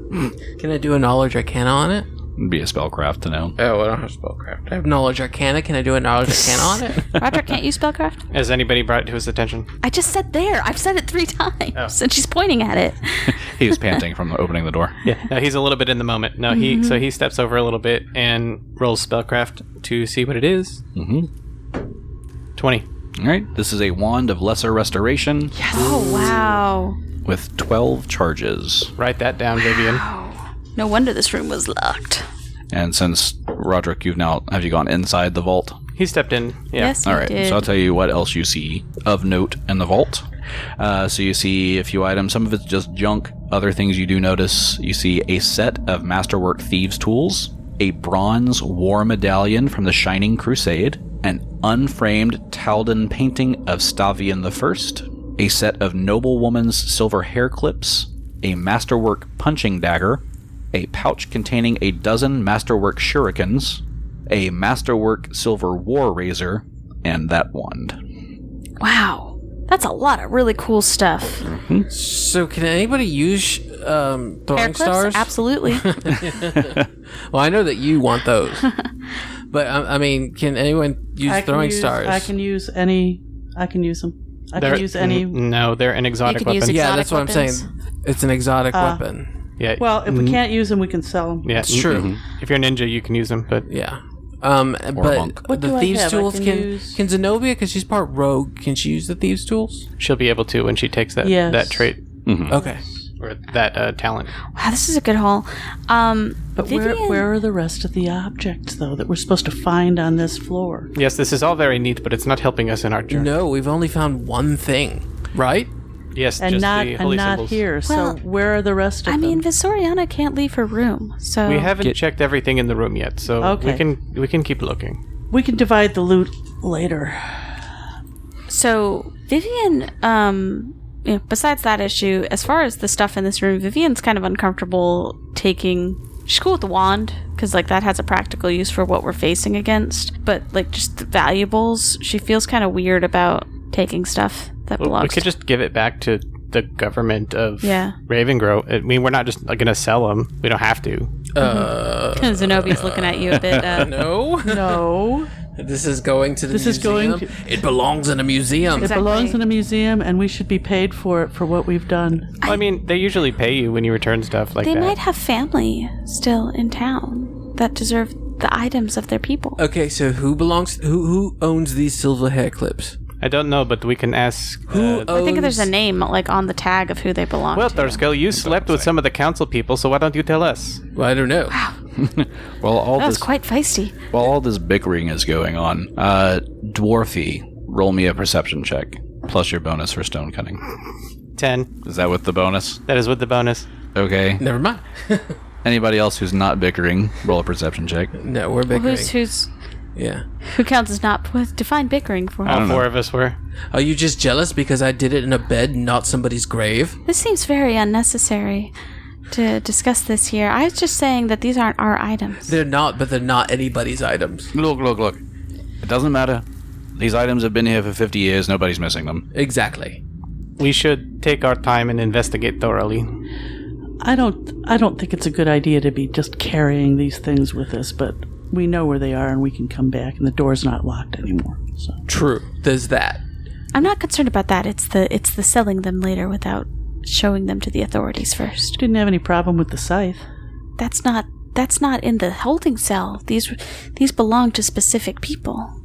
Speaker 3: Can I do a knowledge arcana on it?
Speaker 5: It'd be a spellcraft to know.
Speaker 3: Oh, I don't have spellcraft. I have knowledge arcana. Can I do a knowledge arcana on it?
Speaker 2: Roger, can't you spellcraft?
Speaker 1: Has anybody brought it to his attention?
Speaker 2: I just said there. I've said it three times, and she's pointing at it.
Speaker 5: He was panting from opening the door.
Speaker 1: Yeah. No, he's a little bit in the moment. No, he
Speaker 4: Mm-hmm.
Speaker 1: so he steps over a little bit and rolls spellcraft to see what it is.
Speaker 5: Mm-hmm.
Speaker 3: Mm-hmm.
Speaker 1: Twenty.
Speaker 5: All right, this is a wand of lesser restoration
Speaker 2: Oh wow!
Speaker 5: with 12 charges.
Speaker 1: Write that down, Vivian.
Speaker 2: No wonder this room was locked.
Speaker 5: And since Roderick, you've now have you gone inside the vault?
Speaker 1: He stepped in. Yeah.
Speaker 2: Yes,
Speaker 5: All
Speaker 2: you
Speaker 5: right,
Speaker 2: did.
Speaker 5: so I'll tell you what else you see of note in the vault. Uh, so you see a few items. Some of it's just junk. Other things you do notice: you see a set of masterwork thieves' tools, a bronze war medallion from the Shining Crusade, an unframed Taldan painting of Stavian the First, a set of noblewoman's silver hair clips, a masterwork punching dagger, a pouch containing a dozen masterwork shurikens, a masterwork silver war razor, and that wand.
Speaker 2: wow, that's a lot of really cool stuff.
Speaker 3: So, can anybody use um, throwing
Speaker 2: Hair clips?
Speaker 3: stars?
Speaker 2: Absolutely.
Speaker 3: Well, I know that you want those, but um, I, I mean, can anyone use
Speaker 4: I can
Speaker 3: throwing
Speaker 4: use-
Speaker 3: stars?
Speaker 4: I can use any. I can use them. I
Speaker 1: They're-
Speaker 4: can use any.
Speaker 1: n- No, they're an exotic
Speaker 2: You can
Speaker 1: weapon.
Speaker 2: use
Speaker 1: yeah.
Speaker 3: yeah,
Speaker 2: exotic
Speaker 3: that's what I'm
Speaker 2: weapons.
Speaker 3: saying. It's an exotic
Speaker 4: Uh.
Speaker 3: weapon.
Speaker 1: yeah. Mm-hmm.
Speaker 4: Well, if we can't use them, we can sell them.
Speaker 1: yeah. Mm-hmm.
Speaker 3: It's true. Mm-hmm.
Speaker 1: If you're a ninja, you can use them, but
Speaker 3: Yeah. Um,
Speaker 5: monk.
Speaker 3: but
Speaker 4: What do
Speaker 3: the
Speaker 4: I
Speaker 3: thieves'
Speaker 4: have? I
Speaker 3: tools
Speaker 4: can
Speaker 3: can
Speaker 4: use-
Speaker 3: can Zenobia because she's part rogue. Can she use the thieves' tools?
Speaker 1: she'll be able to when she takes that
Speaker 4: Yes.
Speaker 1: that trait
Speaker 3: Okay.
Speaker 1: or that uh, talent.
Speaker 2: Wow, this is a good haul. Um,
Speaker 4: But where, where are the rest of the objects, though, that we're supposed to find on this floor?
Speaker 1: Yes, this is all very neat, but it's not helping us in our journey.
Speaker 3: No, we've only found one thing, right?
Speaker 1: Yes,
Speaker 4: And
Speaker 1: just
Speaker 4: not
Speaker 1: the
Speaker 4: and
Speaker 1: holy
Speaker 4: not
Speaker 1: symbols.
Speaker 4: here.
Speaker 2: Well,
Speaker 4: so where are the rest of
Speaker 2: I
Speaker 4: them?
Speaker 2: mean, Visoriana can't leave her room, so
Speaker 1: We haven't checked everything in the room yet, so we
Speaker 4: Okay.
Speaker 1: can we can keep looking.
Speaker 4: we can divide the loot later.
Speaker 2: So Vivian, um, you know, besides that issue, as far as the stuff in this room, Vivian's kind of uncomfortable taking. She's cool with the wand because like that has a practical use for what we're facing against, but like just the valuables, she feels kind of weird about taking stuff that
Speaker 1: we
Speaker 2: belongs.
Speaker 1: could just give it back to the government of
Speaker 2: Yeah.
Speaker 1: Ravengrow. I mean, we're not just like, gonna sell them. We don't have to.
Speaker 2: to Zenobia's looking at you a bit. Uh,
Speaker 3: No,
Speaker 4: No,
Speaker 3: this is going to the
Speaker 4: This is going
Speaker 3: museum. It belongs in a museum.
Speaker 4: it belongs in a museum, and we should be paid for it for what we've done.
Speaker 1: Well, I mean, they usually pay you when you return stuff like
Speaker 2: They
Speaker 1: that.
Speaker 2: might have family still in town that deserve the items of their people.
Speaker 1: Uh,
Speaker 3: Okay, so who belongs? Who who owns these silver hair clips?
Speaker 1: I don't know, but we can ask.
Speaker 3: Who
Speaker 1: uh,
Speaker 3: owns?
Speaker 2: I think there's a name like on the tag of who they belong
Speaker 1: well,
Speaker 2: to.
Speaker 1: Thurskill, you slept with some of the council people, so why don't you tell us?
Speaker 3: Well, I don't know.
Speaker 5: While all
Speaker 2: That was
Speaker 5: this
Speaker 2: quite feisty.
Speaker 5: while all this bickering is going on, uh, Dwarfy, roll me a perception check plus your bonus for stone cutting.
Speaker 1: Ten.
Speaker 5: Is that with the bonus?
Speaker 1: That is with the bonus.
Speaker 5: Okay.
Speaker 3: Never mind.
Speaker 5: Anybody else who's not bickering, roll a perception check.
Speaker 3: No, we're bickering.
Speaker 2: Who's who's
Speaker 3: yeah.
Speaker 2: who counts as not with define bickering for?
Speaker 1: All
Speaker 5: know.
Speaker 1: four of us were.
Speaker 3: Are you just jealous because I did it in a bed, not somebody's grave?
Speaker 2: This seems very unnecessary to discuss this here. I was just saying that these aren't our items.
Speaker 3: They're not, but they're not anybody's items.
Speaker 5: Look, look, look. It doesn't matter. These items have been here for 50 years. Nobody's missing them.
Speaker 3: Exactly.
Speaker 1: We should take our time and investigate thoroughly.
Speaker 4: I don't I don't think it's a good idea to be just carrying these things with us, but we know where they are and we can come back and the door's not locked anymore. So
Speaker 3: True. There's that.
Speaker 2: I'm not concerned about that. It's the it's the selling them later without showing them to the authorities first.
Speaker 4: didn't have any problem with the scythe.
Speaker 2: That's not that's not in the holding cell. These these belong to specific people.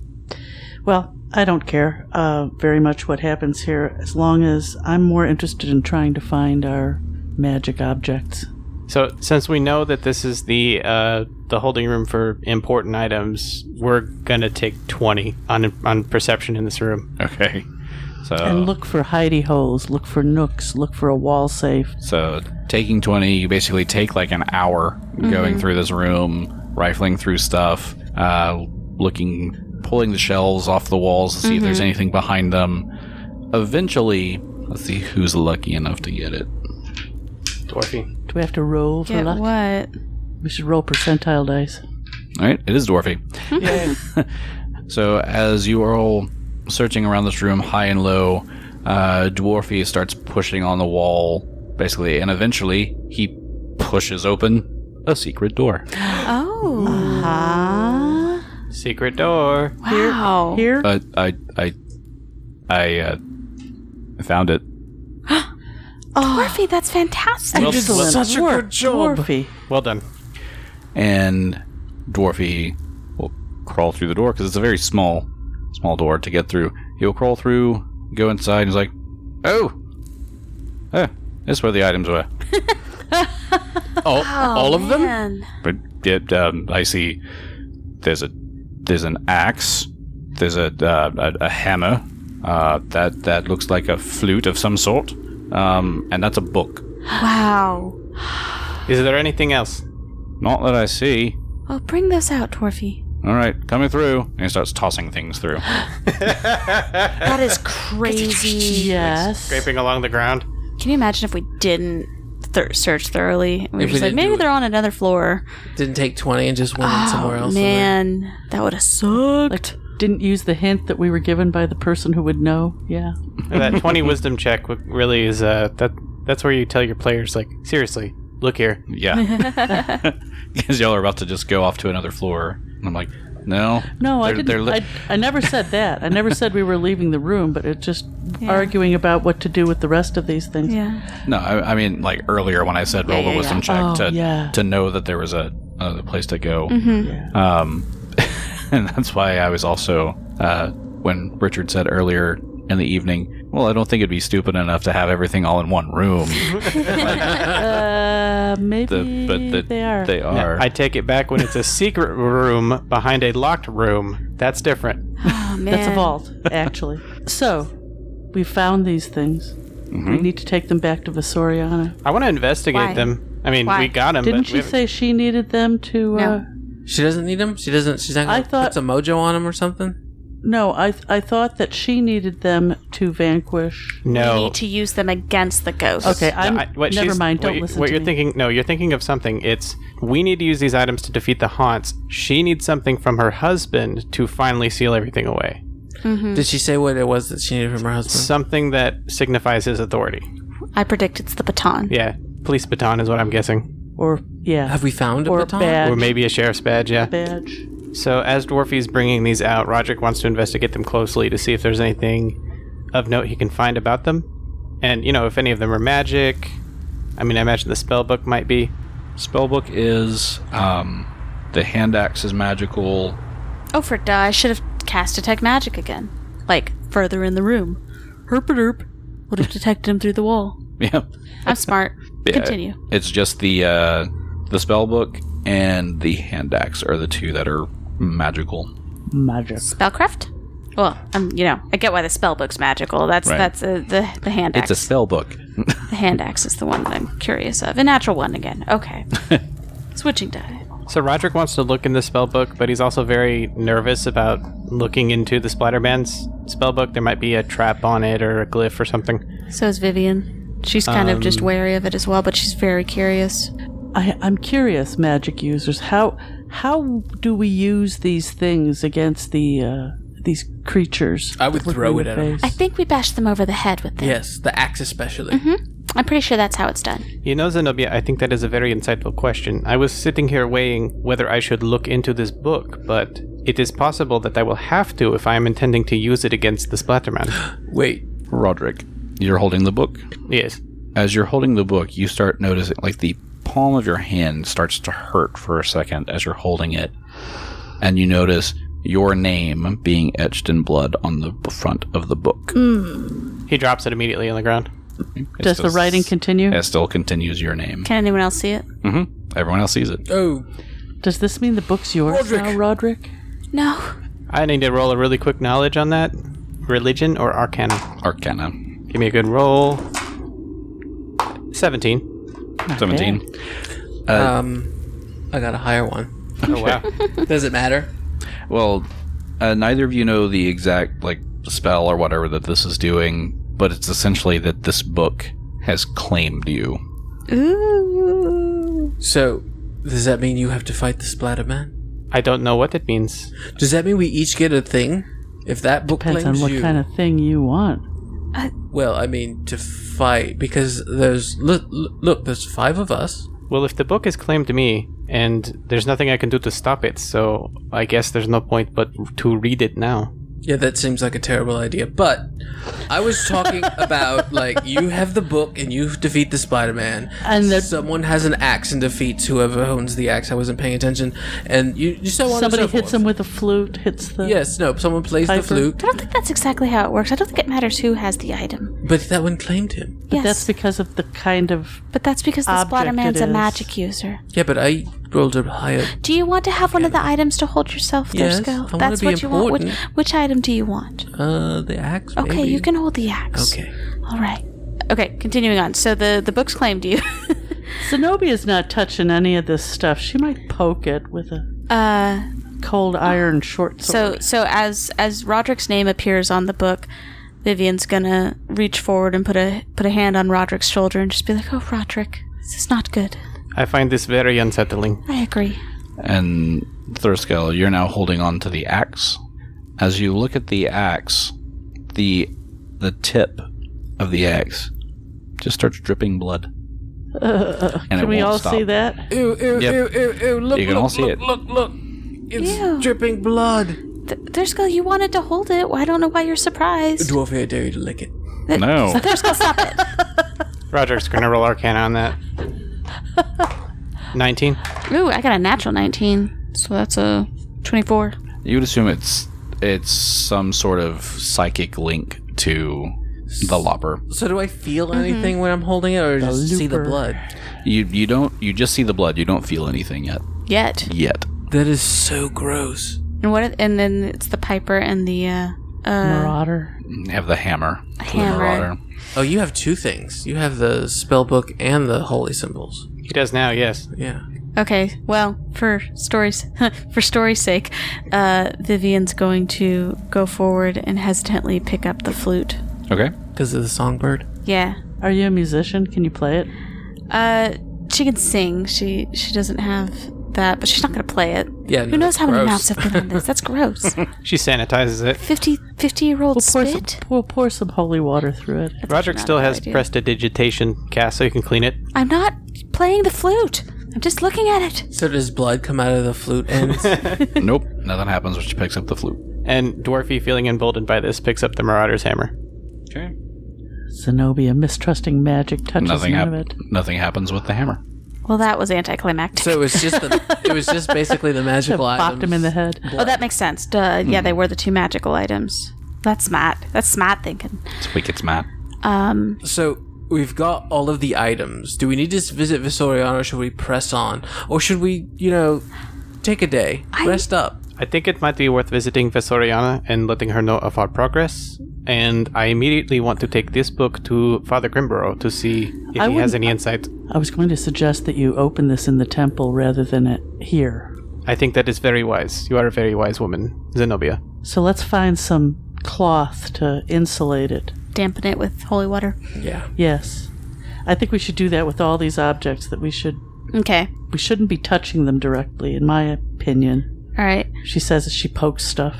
Speaker 4: Well, I don't care uh, very much what happens here as long as I'm more interested in trying to find our magic objects.
Speaker 1: So, since we know that this is the uh, the holding room for important items, we're gonna take twenty on on perception in this room.
Speaker 5: Okay. So,
Speaker 4: And look for hidey holes, look for nooks, look for a wall safe.
Speaker 5: so taking 20, you basically take like an hour going through this room, rifling through stuff, uh, looking, pulling the shelves off the walls to see if there's anything behind them. Eventually, let's see who's lucky enough to get it.
Speaker 1: Dwarfy.
Speaker 4: Do we have to roll for luck?
Speaker 2: what?
Speaker 4: We should roll percentile dice.
Speaker 5: All right, it is dwarfy. so as you are all searching around this room, high and low, uh, dwarfy starts pushing on the wall, basically, and eventually he pushes open a secret door.
Speaker 2: Oh
Speaker 1: Secret door.
Speaker 2: wow!
Speaker 4: Here?
Speaker 5: I, I, I, I uh, found it.
Speaker 2: Murphy, Oh, that's fantastic.
Speaker 5: Well, well-
Speaker 3: Such a good job.
Speaker 4: Dwarfy.
Speaker 1: Well done.
Speaker 5: and Dwarfy will crawl through the door because it's a very small, small door to get through. He'll crawl through, go inside, and he's like, "Oh, eh, that's where the items were." all, all of them?
Speaker 2: Oh, Man.
Speaker 5: But it, um, I see. There's a there's an axe. There's a uh, a, a hammer. Uh, that that looks like a flute of some sort. Um, and that's a book.
Speaker 2: Wow.
Speaker 1: Is there anything else?
Speaker 5: Not that I see.
Speaker 2: Well, bring those out, Dwarfy.
Speaker 5: All right, coming through, and he starts tossing things through.
Speaker 7: That is crazy.
Speaker 4: Yes.
Speaker 1: Scraping along the ground.
Speaker 2: Can you imagine if we didn't thir- search thoroughly? We were
Speaker 3: If we
Speaker 2: just like,
Speaker 3: didn't do
Speaker 2: maybe
Speaker 3: it.
Speaker 2: they're on another floor.
Speaker 3: Didn't take 20 and just went in somewhere else. and then-
Speaker 2: Oh, Man, that would have sucked.
Speaker 4: Like, didn't use the hint that we were given by the person who would know. Yeah.
Speaker 1: that 20 wisdom check w- really is uh that that's where you tell your players like seriously look here
Speaker 5: Yeah. Because y'all are about to just go off to another floor. And I'm like, no.
Speaker 4: No, I
Speaker 5: They're- they're
Speaker 4: didn't.
Speaker 5: li-
Speaker 4: I, I never said that. I never said we were leaving the room, but it just arguing about what to do with the rest of these things.
Speaker 2: yeah.
Speaker 5: no, I, I mean, like earlier when I said roll a wisdom check
Speaker 4: Oh,
Speaker 5: to,
Speaker 4: yeah. Mm-hmm.
Speaker 5: to know that there was a another place to go. Um, and that's why I was also, uh, when Richard said earlier in the evening, well, I don't think it'd be stupid enough to have everything all in one room.
Speaker 4: Uh, maybe
Speaker 5: The, but the,
Speaker 4: they are.
Speaker 5: They are.
Speaker 1: i take it back when it's a secret room behind a locked room that's different
Speaker 2: Oh, man.
Speaker 4: That's a vault, actually. so, we found these things.
Speaker 5: Mm-hmm.
Speaker 4: We need to take them back to Vasoriana.
Speaker 1: i want to investigate
Speaker 2: Why?
Speaker 1: them i mean we
Speaker 2: Why?
Speaker 1: got them
Speaker 4: Didn't
Speaker 1: but we
Speaker 4: she
Speaker 1: haven't-
Speaker 4: say she needed them to?
Speaker 2: No.
Speaker 4: Uh,
Speaker 3: She doesn't need them? She doesn't. She's
Speaker 4: I
Speaker 3: not going to
Speaker 4: thought-
Speaker 3: put some mojo on them or something?
Speaker 4: no, I I thought that she needed them to vanquish.
Speaker 2: We
Speaker 1: no
Speaker 2: need to use them against the ghosts.
Speaker 4: Okay, I'm.
Speaker 1: I- what
Speaker 4: never
Speaker 1: she's-
Speaker 4: mind.
Speaker 1: what
Speaker 4: Don't
Speaker 1: you-
Speaker 4: listen
Speaker 1: What
Speaker 4: to
Speaker 1: you're
Speaker 4: me.
Speaker 1: thinking? No, you're thinking of something. It's we need to use these items to defeat the haunts. She needs something from her husband to finally seal everything away.
Speaker 2: Mm-hmm.
Speaker 3: Did she say what it was that she needed from her husband?
Speaker 1: Something that signifies his authority.
Speaker 2: I predict it's the baton.
Speaker 1: Yeah, police baton is what I'm guessing.
Speaker 4: Or yeah,
Speaker 3: Have we found a
Speaker 4: or
Speaker 3: baton?
Speaker 4: badge.
Speaker 1: Or maybe a sheriff's badge, yeah.
Speaker 4: badge.
Speaker 1: So as Dwarfy's bringing these out, Roderick wants to investigate them closely to see if there's anything of note he can find about them. And, you know, if any of them are magic. I mean, I imagine the spell book might be.
Speaker 5: Spellbook is, um, the hand axe is magical.
Speaker 2: Oh, for duh, I should have cast Detect Magic again. Like, further in the room. Herp derp would have detected him through the wall.
Speaker 5: Yeah.
Speaker 2: I'm smart.
Speaker 5: Yeah,
Speaker 2: Continue.
Speaker 5: It's just the uh, the spell book and the hand axe are the two that are magical.
Speaker 4: Magic.
Speaker 2: Spellcraft? Well, um, you know, I get why the spell book's magical. That's
Speaker 5: Right.
Speaker 2: that's uh, the the hand axe.
Speaker 5: It's a spell book.
Speaker 2: the hand axe is the one that I'm curious of. A natural one again. Okay. Switching die.
Speaker 1: So Roderick wants to look in the spell book, but he's also very nervous about looking into the Splatterman's spell book. There might be a trap on it or a glyph or something.
Speaker 2: So is Vivian. She's kind of
Speaker 3: Um,
Speaker 2: just wary of it as well, but she's very curious.
Speaker 4: I, I'm curious, magic users, how how do we use these things against the uh, these creatures?
Speaker 3: I would
Speaker 4: that look
Speaker 3: throw
Speaker 4: me in
Speaker 3: it
Speaker 4: the
Speaker 3: at 'em.
Speaker 4: face?
Speaker 2: I think we bashed them over the head with them.
Speaker 3: Yes, the axe especially.
Speaker 2: Mm-hmm. I'm pretty sure that's how it's done.
Speaker 1: You know, Zenobia, I think that is a very insightful question. I was sitting here weighing whether I should look into this book, but it is possible that I will have to if I am intending to use it against the Splatterman.
Speaker 3: Wait,
Speaker 5: Roderick, you're holding the book.
Speaker 1: yes.
Speaker 5: As you're holding the book, you start noticing like the palm of your hand starts to hurt for a second as you're holding it. And you notice your name being etched in blood on the b- front of the book.
Speaker 1: He drops it immediately on the ground.
Speaker 5: It
Speaker 4: Does the
Speaker 5: still-
Speaker 4: writing continue?
Speaker 5: It still continues your name.
Speaker 2: Can anyone else see it?
Speaker 5: hmm Everyone else sees it.
Speaker 3: oh,
Speaker 4: Does this mean the book's yours
Speaker 3: Roderick.
Speaker 4: now, Roderick?
Speaker 2: No.
Speaker 1: I need to roll a really quick knowledge on that. Religion or Arcana?
Speaker 5: Arcana.
Speaker 1: Give me a good roll. 17.
Speaker 5: 17.
Speaker 3: um, I got a higher one.
Speaker 1: Oh, wow.
Speaker 3: Does it matter?
Speaker 5: Well, uh, neither of you know the exact like spell or whatever that this is doing, but it's essentially that this book has claimed you.
Speaker 3: So, does that mean you have to fight the Splatter Man?
Speaker 1: I don't know what it means.
Speaker 3: Does that mean we each get a thing? If that book
Speaker 4: Depends
Speaker 3: claims
Speaker 4: on what
Speaker 3: you,
Speaker 4: kind of thing you want.
Speaker 3: well, I mean, to fight because there's look, look, there's five of us.
Speaker 1: Well, if the book has claimed me, and there's nothing I can do to stop it, so I guess there's no point but to read it now.
Speaker 3: Yeah, that seems like a terrible idea. But I was talking about like you have the book and you defeat the Spider-Man,
Speaker 4: And the-
Speaker 3: someone has an axe and defeats whoever owns the axe. I wasn't paying attention, and you, you so on.
Speaker 4: Somebody
Speaker 3: and so
Speaker 4: hits
Speaker 3: forth.
Speaker 4: him with a flute, hits the.
Speaker 3: Yes, no. Someone plays the
Speaker 4: Piper.
Speaker 3: flute,
Speaker 2: I don't think that's exactly how it works. I don't think it matters who has the item.
Speaker 3: but that one claimed him.
Speaker 4: But
Speaker 2: yes.
Speaker 4: that's because of the kind of.
Speaker 2: but that's because the
Speaker 4: object
Speaker 2: splatter
Speaker 4: it
Speaker 2: man's a
Speaker 4: is.
Speaker 2: magic user.
Speaker 3: Yeah, but I rolled a higher.
Speaker 2: Do you want to have one of the items to hold yourself, there,
Speaker 3: Yes, I
Speaker 2: Skull?
Speaker 3: wanna
Speaker 2: That's
Speaker 3: be
Speaker 2: what you want. Which,
Speaker 3: important.
Speaker 2: which item do you want?
Speaker 3: Uh, the axe.
Speaker 2: Okay,
Speaker 3: maybe.
Speaker 2: you can hold the axe.
Speaker 3: Okay.
Speaker 2: All right. Okay, continuing on. So the the book's claimed you.
Speaker 4: Zenobia's not touching any of this stuff. She might poke it with a
Speaker 2: uh,
Speaker 4: cold iron short
Speaker 2: so
Speaker 4: sword.
Speaker 2: so as as Roderick's name appears on the book, Vivian's gonna reach forward and put a put a hand on Roderick's shoulder and just be like, "Oh, Roderick, this is not good."
Speaker 1: I find this very unsettling.
Speaker 2: I agree.
Speaker 5: And Thurskel, you're now holding on to the axe. As you look at the axe, the the tip of the axe just starts dripping blood. and
Speaker 4: Can we all see that?
Speaker 3: Ew, ew,
Speaker 5: Yep.
Speaker 3: ew, ew, ew, Look,
Speaker 5: You can
Speaker 3: look,
Speaker 5: all see
Speaker 3: look,
Speaker 5: it.
Speaker 3: Look, look. It's
Speaker 2: Ew.
Speaker 3: dripping blood.
Speaker 2: Th- Thurskull, you wanted to hold it. I don't know why you're surprised.
Speaker 3: Dwarf, I dare you to lick it.
Speaker 5: No.
Speaker 2: Thurskull, stop it.
Speaker 1: Roger's gonna roll Arcana on that. 19.
Speaker 2: Ooh, I got a natural 19. So that's a 24.
Speaker 5: You would assume it's it's some sort of psychic link to the lopper.
Speaker 3: So do I feel
Speaker 2: Mm-hmm.
Speaker 3: anything when I'm holding it, or just see the
Speaker 4: looper.
Speaker 3: blood?
Speaker 5: You you don't you just see the blood. You don't feel anything yet.
Speaker 2: Yet.
Speaker 5: Yet.
Speaker 3: That is so gross.
Speaker 2: And what if- and then it's the piper and the uh uh
Speaker 4: Marauder.
Speaker 5: You have the hammer. for the
Speaker 2: Hammer.
Speaker 5: marauder.
Speaker 3: Oh, you have two things. You have the spell book and the holy symbols.
Speaker 1: He does now, yes.
Speaker 3: Yeah.
Speaker 2: Okay, well, for stories for story's sake, uh Vivian's going to go forward and hesitantly pick up the flute.
Speaker 5: Okay.
Speaker 3: Because of the songbird.
Speaker 2: Yeah.
Speaker 4: Are you a musician? Can you play it?
Speaker 2: Uh she can sing. She she doesn't have that, but she's not going to play it.
Speaker 3: Yeah.
Speaker 2: Who knows how many mouths
Speaker 3: maps?
Speaker 2: have been on this? That's gross.
Speaker 1: She sanitizes it.
Speaker 2: 50 year old
Speaker 4: Pour some,
Speaker 2: spit.
Speaker 4: we'll pour some holy water through it.
Speaker 1: Roderick
Speaker 2: not
Speaker 1: still
Speaker 2: a good
Speaker 1: has
Speaker 2: idea.
Speaker 1: prestidigitation cast, so he can clean it.
Speaker 2: I'm not playing the flute. I'm just looking at it.
Speaker 3: So does blood come out of the flute ends?
Speaker 5: nope. Nothing happens when she picks up the flute.
Speaker 1: And Dwarfy, feeling emboldened by this, picks up the Marauder's hammer.
Speaker 5: Okay.
Speaker 4: Zenobia, mistrusting magic, touches
Speaker 5: Nothing
Speaker 4: none of
Speaker 5: happens.
Speaker 4: it.
Speaker 5: Nothing happens with the hammer.
Speaker 2: Well, that was anticlimactic.
Speaker 3: so it was just the, it was just basically the magical
Speaker 4: Bopped him in the
Speaker 3: items.
Speaker 4: head.
Speaker 2: oh, that makes sense. Duh. Yeah, they were the two magical items. That's smart. That's smart thinking.
Speaker 5: It's wicked mad.
Speaker 2: Um,
Speaker 3: So we've got all of the items. Do we need to s- visit Visorion, or should we press on, or should we, you know, take a day, rest up?
Speaker 1: I think it might be worth visiting Vesoriana and letting her know of our progress. and I immediately want to take this book to Father Grimborough to see if
Speaker 4: I
Speaker 1: he has
Speaker 4: wouldn't-
Speaker 1: any insight.
Speaker 4: I was going to suggest that you open this in the temple rather than at here.
Speaker 1: I think that is very wise. You are a very wise woman, Zenobia.
Speaker 4: So let's find some cloth to insulate it.
Speaker 2: Dampen it with holy water.
Speaker 3: Yeah.
Speaker 4: Yes. I think we should do that with all these objects that we should
Speaker 2: Okay.
Speaker 4: we shouldn't be touching them directly in my opinion.
Speaker 2: All right.
Speaker 4: She says as she pokes stuff.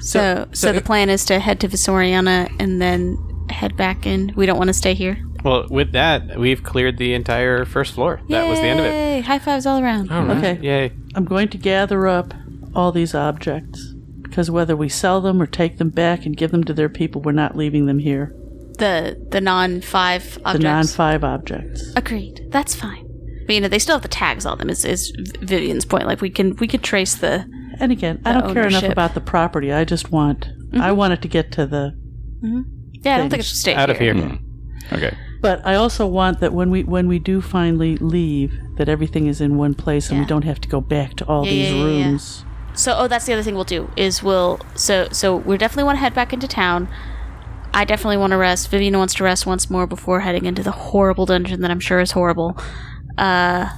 Speaker 2: So, so, the plan is to head to Visoriana and then head back in. We don't want to stay here.
Speaker 1: Well, with that, we've cleared the entire first floor. That was the end of it.
Speaker 2: Yay! High fives all around.
Speaker 4: Okay.
Speaker 1: Yay.
Speaker 4: I'm going to gather up all these objects because whether we sell them or take them back and give them to their people, we're not leaving them here.
Speaker 2: The the non five
Speaker 4: The
Speaker 2: objects.
Speaker 4: non five objects.
Speaker 2: Agreed. That's fine. But you know they still have the tags on them. Is is Vivian's point? Like we can we could trace the
Speaker 4: And again, I
Speaker 2: The
Speaker 4: don't care enough
Speaker 2: ownership. Mm-hmm.
Speaker 4: about the property. I just want I want it to get to the
Speaker 2: yeah. I don't think it should stay
Speaker 1: Out of here.
Speaker 5: Okay.
Speaker 4: But I also want that when we when we do finally leave, that everything is in one place and we
Speaker 2: Yeah.
Speaker 4: don't have to go back to all
Speaker 2: Yeah,
Speaker 4: these
Speaker 2: yeah, yeah, yeah.
Speaker 4: rooms.
Speaker 2: So oh, that's the other thing we'll do is we'll so so we definitely want to head back into town. I definitely want to rest. Vivian wants to rest once more before heading into the horrible dungeon that I'm sure is horrible. Uh,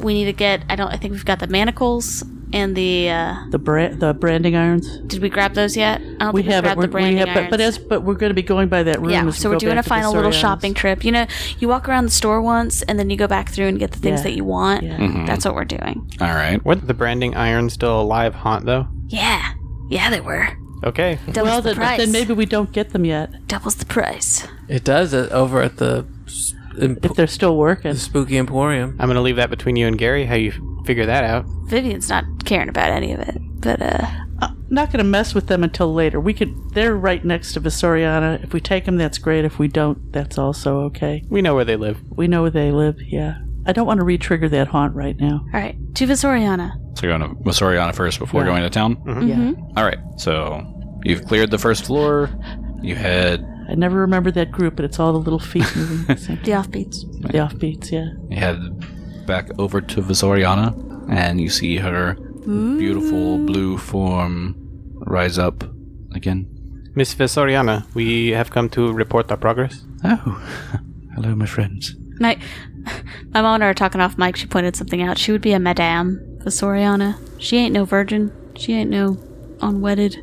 Speaker 2: we need to get. I don't. I think we've got the manacles and the. Uh,
Speaker 4: The bra- the branding irons.
Speaker 2: did we grab those yet? I don't
Speaker 4: We
Speaker 2: think we
Speaker 4: haven't.
Speaker 2: grabbed the
Speaker 4: We're, we
Speaker 2: branding
Speaker 4: have, but, but
Speaker 2: irons.
Speaker 4: as but we're going to be going by that room.
Speaker 2: yeah,
Speaker 4: as we
Speaker 2: so we're
Speaker 4: go
Speaker 2: doing a
Speaker 4: back to the
Speaker 2: final little
Speaker 4: Sorianos.
Speaker 2: shopping trip. You know, you walk around the store once, and then you go back through and get the things
Speaker 4: Yeah.
Speaker 2: that you want.
Speaker 4: Yeah.
Speaker 2: That's what we're doing.
Speaker 5: All right.
Speaker 1: Weren't the branding irons still alive haunt, though?
Speaker 2: Yeah, yeah, they were
Speaker 1: Okay.
Speaker 2: doubles
Speaker 4: Well,
Speaker 2: the
Speaker 4: then,
Speaker 2: price.
Speaker 4: then maybe we don't get them yet
Speaker 2: doubles the price.
Speaker 3: It does it over at the, s- imp-
Speaker 4: if they're still working.
Speaker 3: the Spooky Emporium.
Speaker 1: I'm going to leave that between you and Gary, how you figure that out.
Speaker 2: Vivian's not caring about any of it. But uh
Speaker 4: Not going to mess with them until later. We could. They're right next to Visoriana. If we take them, that's great. If we don't, that's also okay.
Speaker 1: We know where they live.
Speaker 4: We know where they live. Yeah. I don't want to re-trigger that haunt right now.
Speaker 2: all right, to Visoriana.
Speaker 5: So you're going to Masoriana first before going to town? Mm-hmm.
Speaker 4: Yeah.
Speaker 5: All right. So you've cleared the first floor. You head
Speaker 4: I never remember that group, but it's all the little feet moving. the same-
Speaker 2: The offbeats.
Speaker 4: the offbeats. Yeah.
Speaker 5: you head back over to Visoriana and you see her beautiful blue form rise up again.
Speaker 1: Miss Vesoriana, we have come to report our progress.
Speaker 5: Oh, hello, my friends.
Speaker 2: My my mom and I were talking off mic, she pointed something out. She would be a Madame Visoriana. She ain't no virgin. She ain't no unwedded.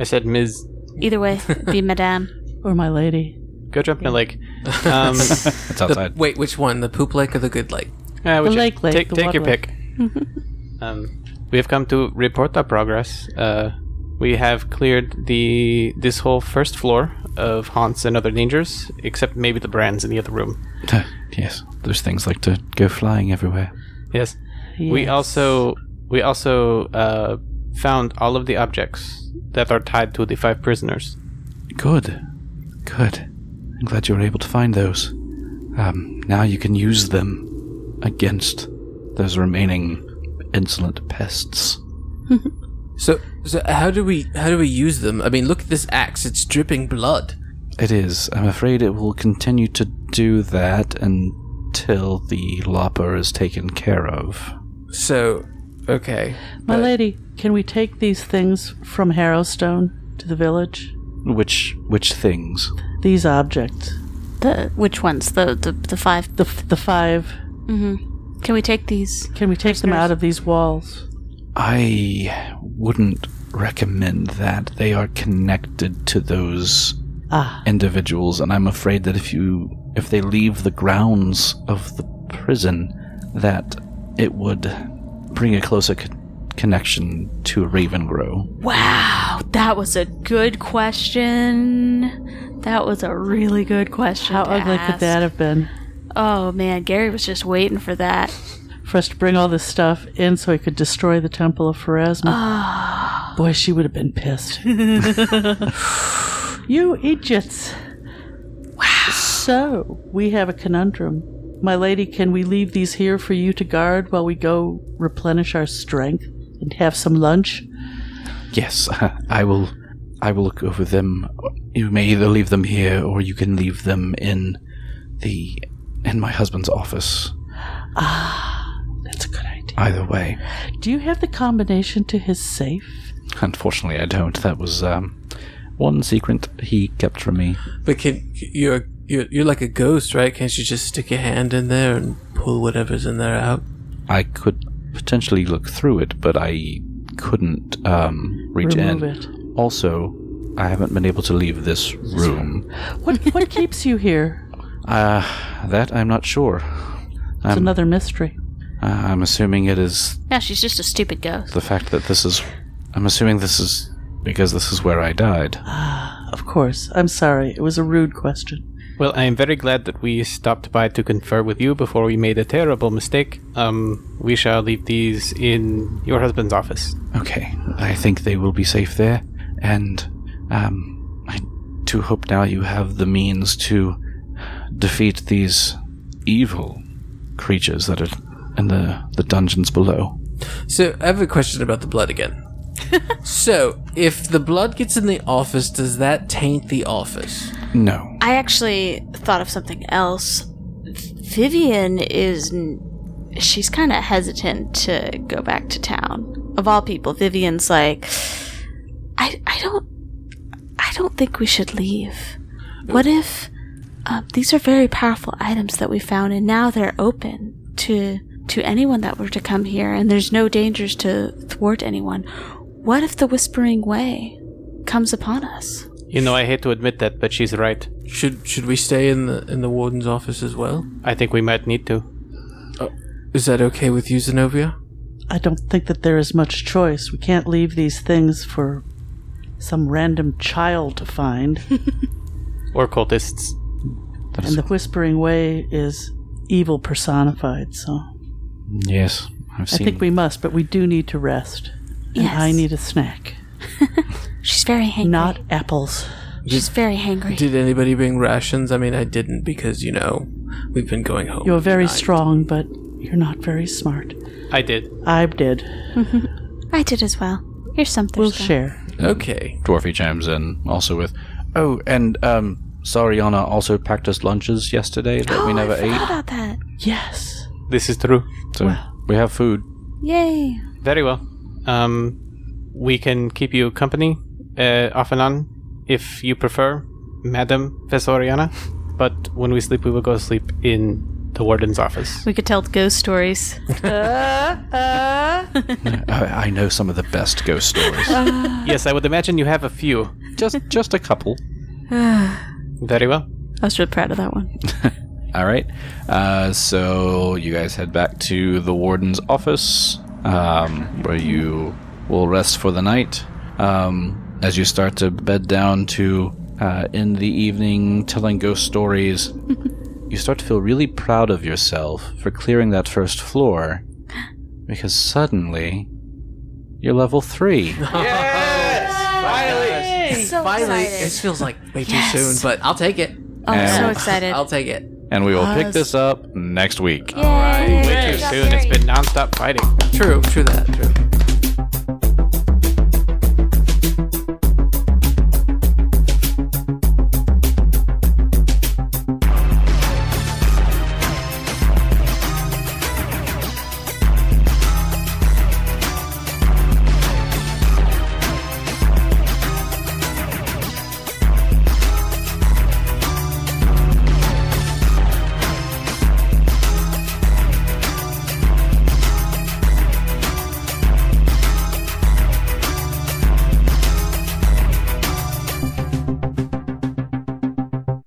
Speaker 1: I said, Ms.
Speaker 2: Either way, it'd be Madame.
Speaker 4: Or my lady.
Speaker 1: Go jump in the lake. Um,
Speaker 5: It's outside.
Speaker 3: Wait, which one? The poop lake or the good lake?
Speaker 1: Uh,
Speaker 4: The
Speaker 1: which-
Speaker 4: lake, lake,
Speaker 1: Take,
Speaker 4: the
Speaker 1: take your
Speaker 4: water lake.
Speaker 1: pick. um, we have come to report our progress. Uh, we have cleared the this whole first floor of haunts and other dangers, except maybe the brands in the other room.
Speaker 5: Uh, yes, those things like to go flying everywhere.
Speaker 1: Yes. We
Speaker 4: Yes.
Speaker 1: also we also uh, found all of the objects that are tied to the five prisoners.
Speaker 5: Good. Good. I'm glad you were able to find those. Um, now you can use them against those remaining insolent pests.
Speaker 3: So, so how do we how do we use them? I mean, look at this axe; it's dripping blood.
Speaker 5: It is. I'm afraid it will continue to do that until the lopper is taken care of.
Speaker 3: So, okay,
Speaker 4: My lady, can we take these things from Harrowstone to the village?
Speaker 5: Which which things?
Speaker 4: These objects.
Speaker 2: The which ones? The the, the five.
Speaker 4: The, f- the five.
Speaker 2: Can we take these?
Speaker 4: Can we take them out of these walls?
Speaker 5: I wouldn't recommend that. They are connected to those
Speaker 4: Ah.
Speaker 5: individuals, and I'm afraid that if you if they leave the grounds of the prison, that it would bring a closer con- connection to Ravengrow.
Speaker 2: Wow, that was a good question. That was a really good question.
Speaker 4: How
Speaker 2: to
Speaker 4: ugly
Speaker 2: ask.
Speaker 4: could that have been?
Speaker 2: Oh man, Gary was just waiting for that.
Speaker 4: For us to bring all this stuff in so he could destroy the Temple of Pharasma. Boy, she would have been pissed. you idiots. So, we have a conundrum. My lady, can we leave these here for you to guard while we go replenish our strength and have some lunch?
Speaker 5: Yes, I will. I will look over them. You may either leave them here, or you can leave them in the in my husband's office.
Speaker 4: That's a good idea.
Speaker 5: Either way,
Speaker 4: Do you have the combination to his safe?
Speaker 5: unfortunately, I don't. That was um,
Speaker 8: One secret he kept from me.
Speaker 3: But can you're you're you're like a ghost, right? Can't you just stick your hand in there and pull whatever's in there out?
Speaker 8: I could potentially look through it, but I couldn't um, reach
Speaker 4: Remove
Speaker 8: in.
Speaker 4: it.
Speaker 8: Also, I haven't been able to leave this room.
Speaker 4: What what keeps you here?
Speaker 8: Uh, that I'm not sure.
Speaker 4: It's
Speaker 8: I'm,
Speaker 4: another mystery.
Speaker 8: uh, I'm assuming it is
Speaker 2: Yeah, she's just a stupid ghost.
Speaker 8: the fact that this is. I'm assuming this is because this is where I died.
Speaker 4: Of course. I'm sorry. It was a rude question.
Speaker 1: Well, I am very glad that we stopped by to confer with you before we made a terrible mistake. Um, we shall leave these in your husband's office.
Speaker 8: Okay, I think they will be safe there, and um, I do hope now you have the means to defeat these evil creatures that are in the, the dungeons below.
Speaker 3: So I have a question about the blood again. so if the blood gets in the office, does that taint the office?
Speaker 8: No,
Speaker 2: I actually thought of something else.
Speaker 9: Vivian is. n- She's kind of hesitant to go back to town. Of all people, Vivian's like,
Speaker 2: I, I don't I don't think we should leave. What if uh, these are very powerful items that we found, and now they're open to to anyone that were to come here, and there's no dangers to thwart anyone. What if the Whispering Way comes upon us?
Speaker 1: You know, I hate to admit that, but she's right.
Speaker 3: Should should we stay in the in the warden's office as well?
Speaker 1: I think we might need to.
Speaker 3: Is that okay with you, Zenobia?
Speaker 4: I don't think that there is much choice. We can't leave these things for some random child to find.
Speaker 1: Or cultists.
Speaker 8: that
Speaker 4: and
Speaker 8: is,
Speaker 4: the Whispering Way is evil personified, so
Speaker 8: yes, I've
Speaker 4: I
Speaker 8: seen.
Speaker 4: think we must, but we do need to rest. And
Speaker 2: Yes.
Speaker 4: I need a snack.
Speaker 2: She's very hangry.
Speaker 4: Not apples.
Speaker 2: She's very hangry.
Speaker 3: Did anybody bring rations? I mean, I didn't because you know we've been going home.
Speaker 4: You're very
Speaker 3: tonight.
Speaker 4: strong, but you're not very smart.
Speaker 1: I did.
Speaker 4: I did.
Speaker 2: I did as well. Here's something.
Speaker 4: We'll share.
Speaker 3: Okay.
Speaker 8: Dwarfy chimes in also with, oh, and um, Sariana also packed us lunches yesterday that we never ate,
Speaker 2: about that.
Speaker 4: Yes.
Speaker 1: This is true.
Speaker 8: so we have food.
Speaker 2: Yay.
Speaker 1: Very well. Um, we can keep you company uh, off and on if you prefer, Madam Vesoriana. But when we sleep, we will go sleep in the warden's office.
Speaker 2: We could tell ghost stories.
Speaker 8: I, I know some of the best ghost stories.
Speaker 1: yes, I would imagine you have a few.
Speaker 8: just just a couple.
Speaker 1: Very well.
Speaker 2: I was really proud of that one.
Speaker 8: All right. Uh, so you guys head back to the warden's office, um, where you will rest for the night. Um, as you start to bed down to uh, in the evening, telling ghost stories, you start to feel really proud of yourself for clearing that first floor, because suddenly you're level three.
Speaker 2: Oh, So
Speaker 3: Finally, it feels like way too soon, but I'll take it.
Speaker 2: Oh, I'm so
Speaker 8: Yeah.
Speaker 2: excited.
Speaker 3: I'll take it.
Speaker 8: and we will pick this up next week.
Speaker 1: Way too soon. It's been nonstop fighting.
Speaker 3: True. True that. True.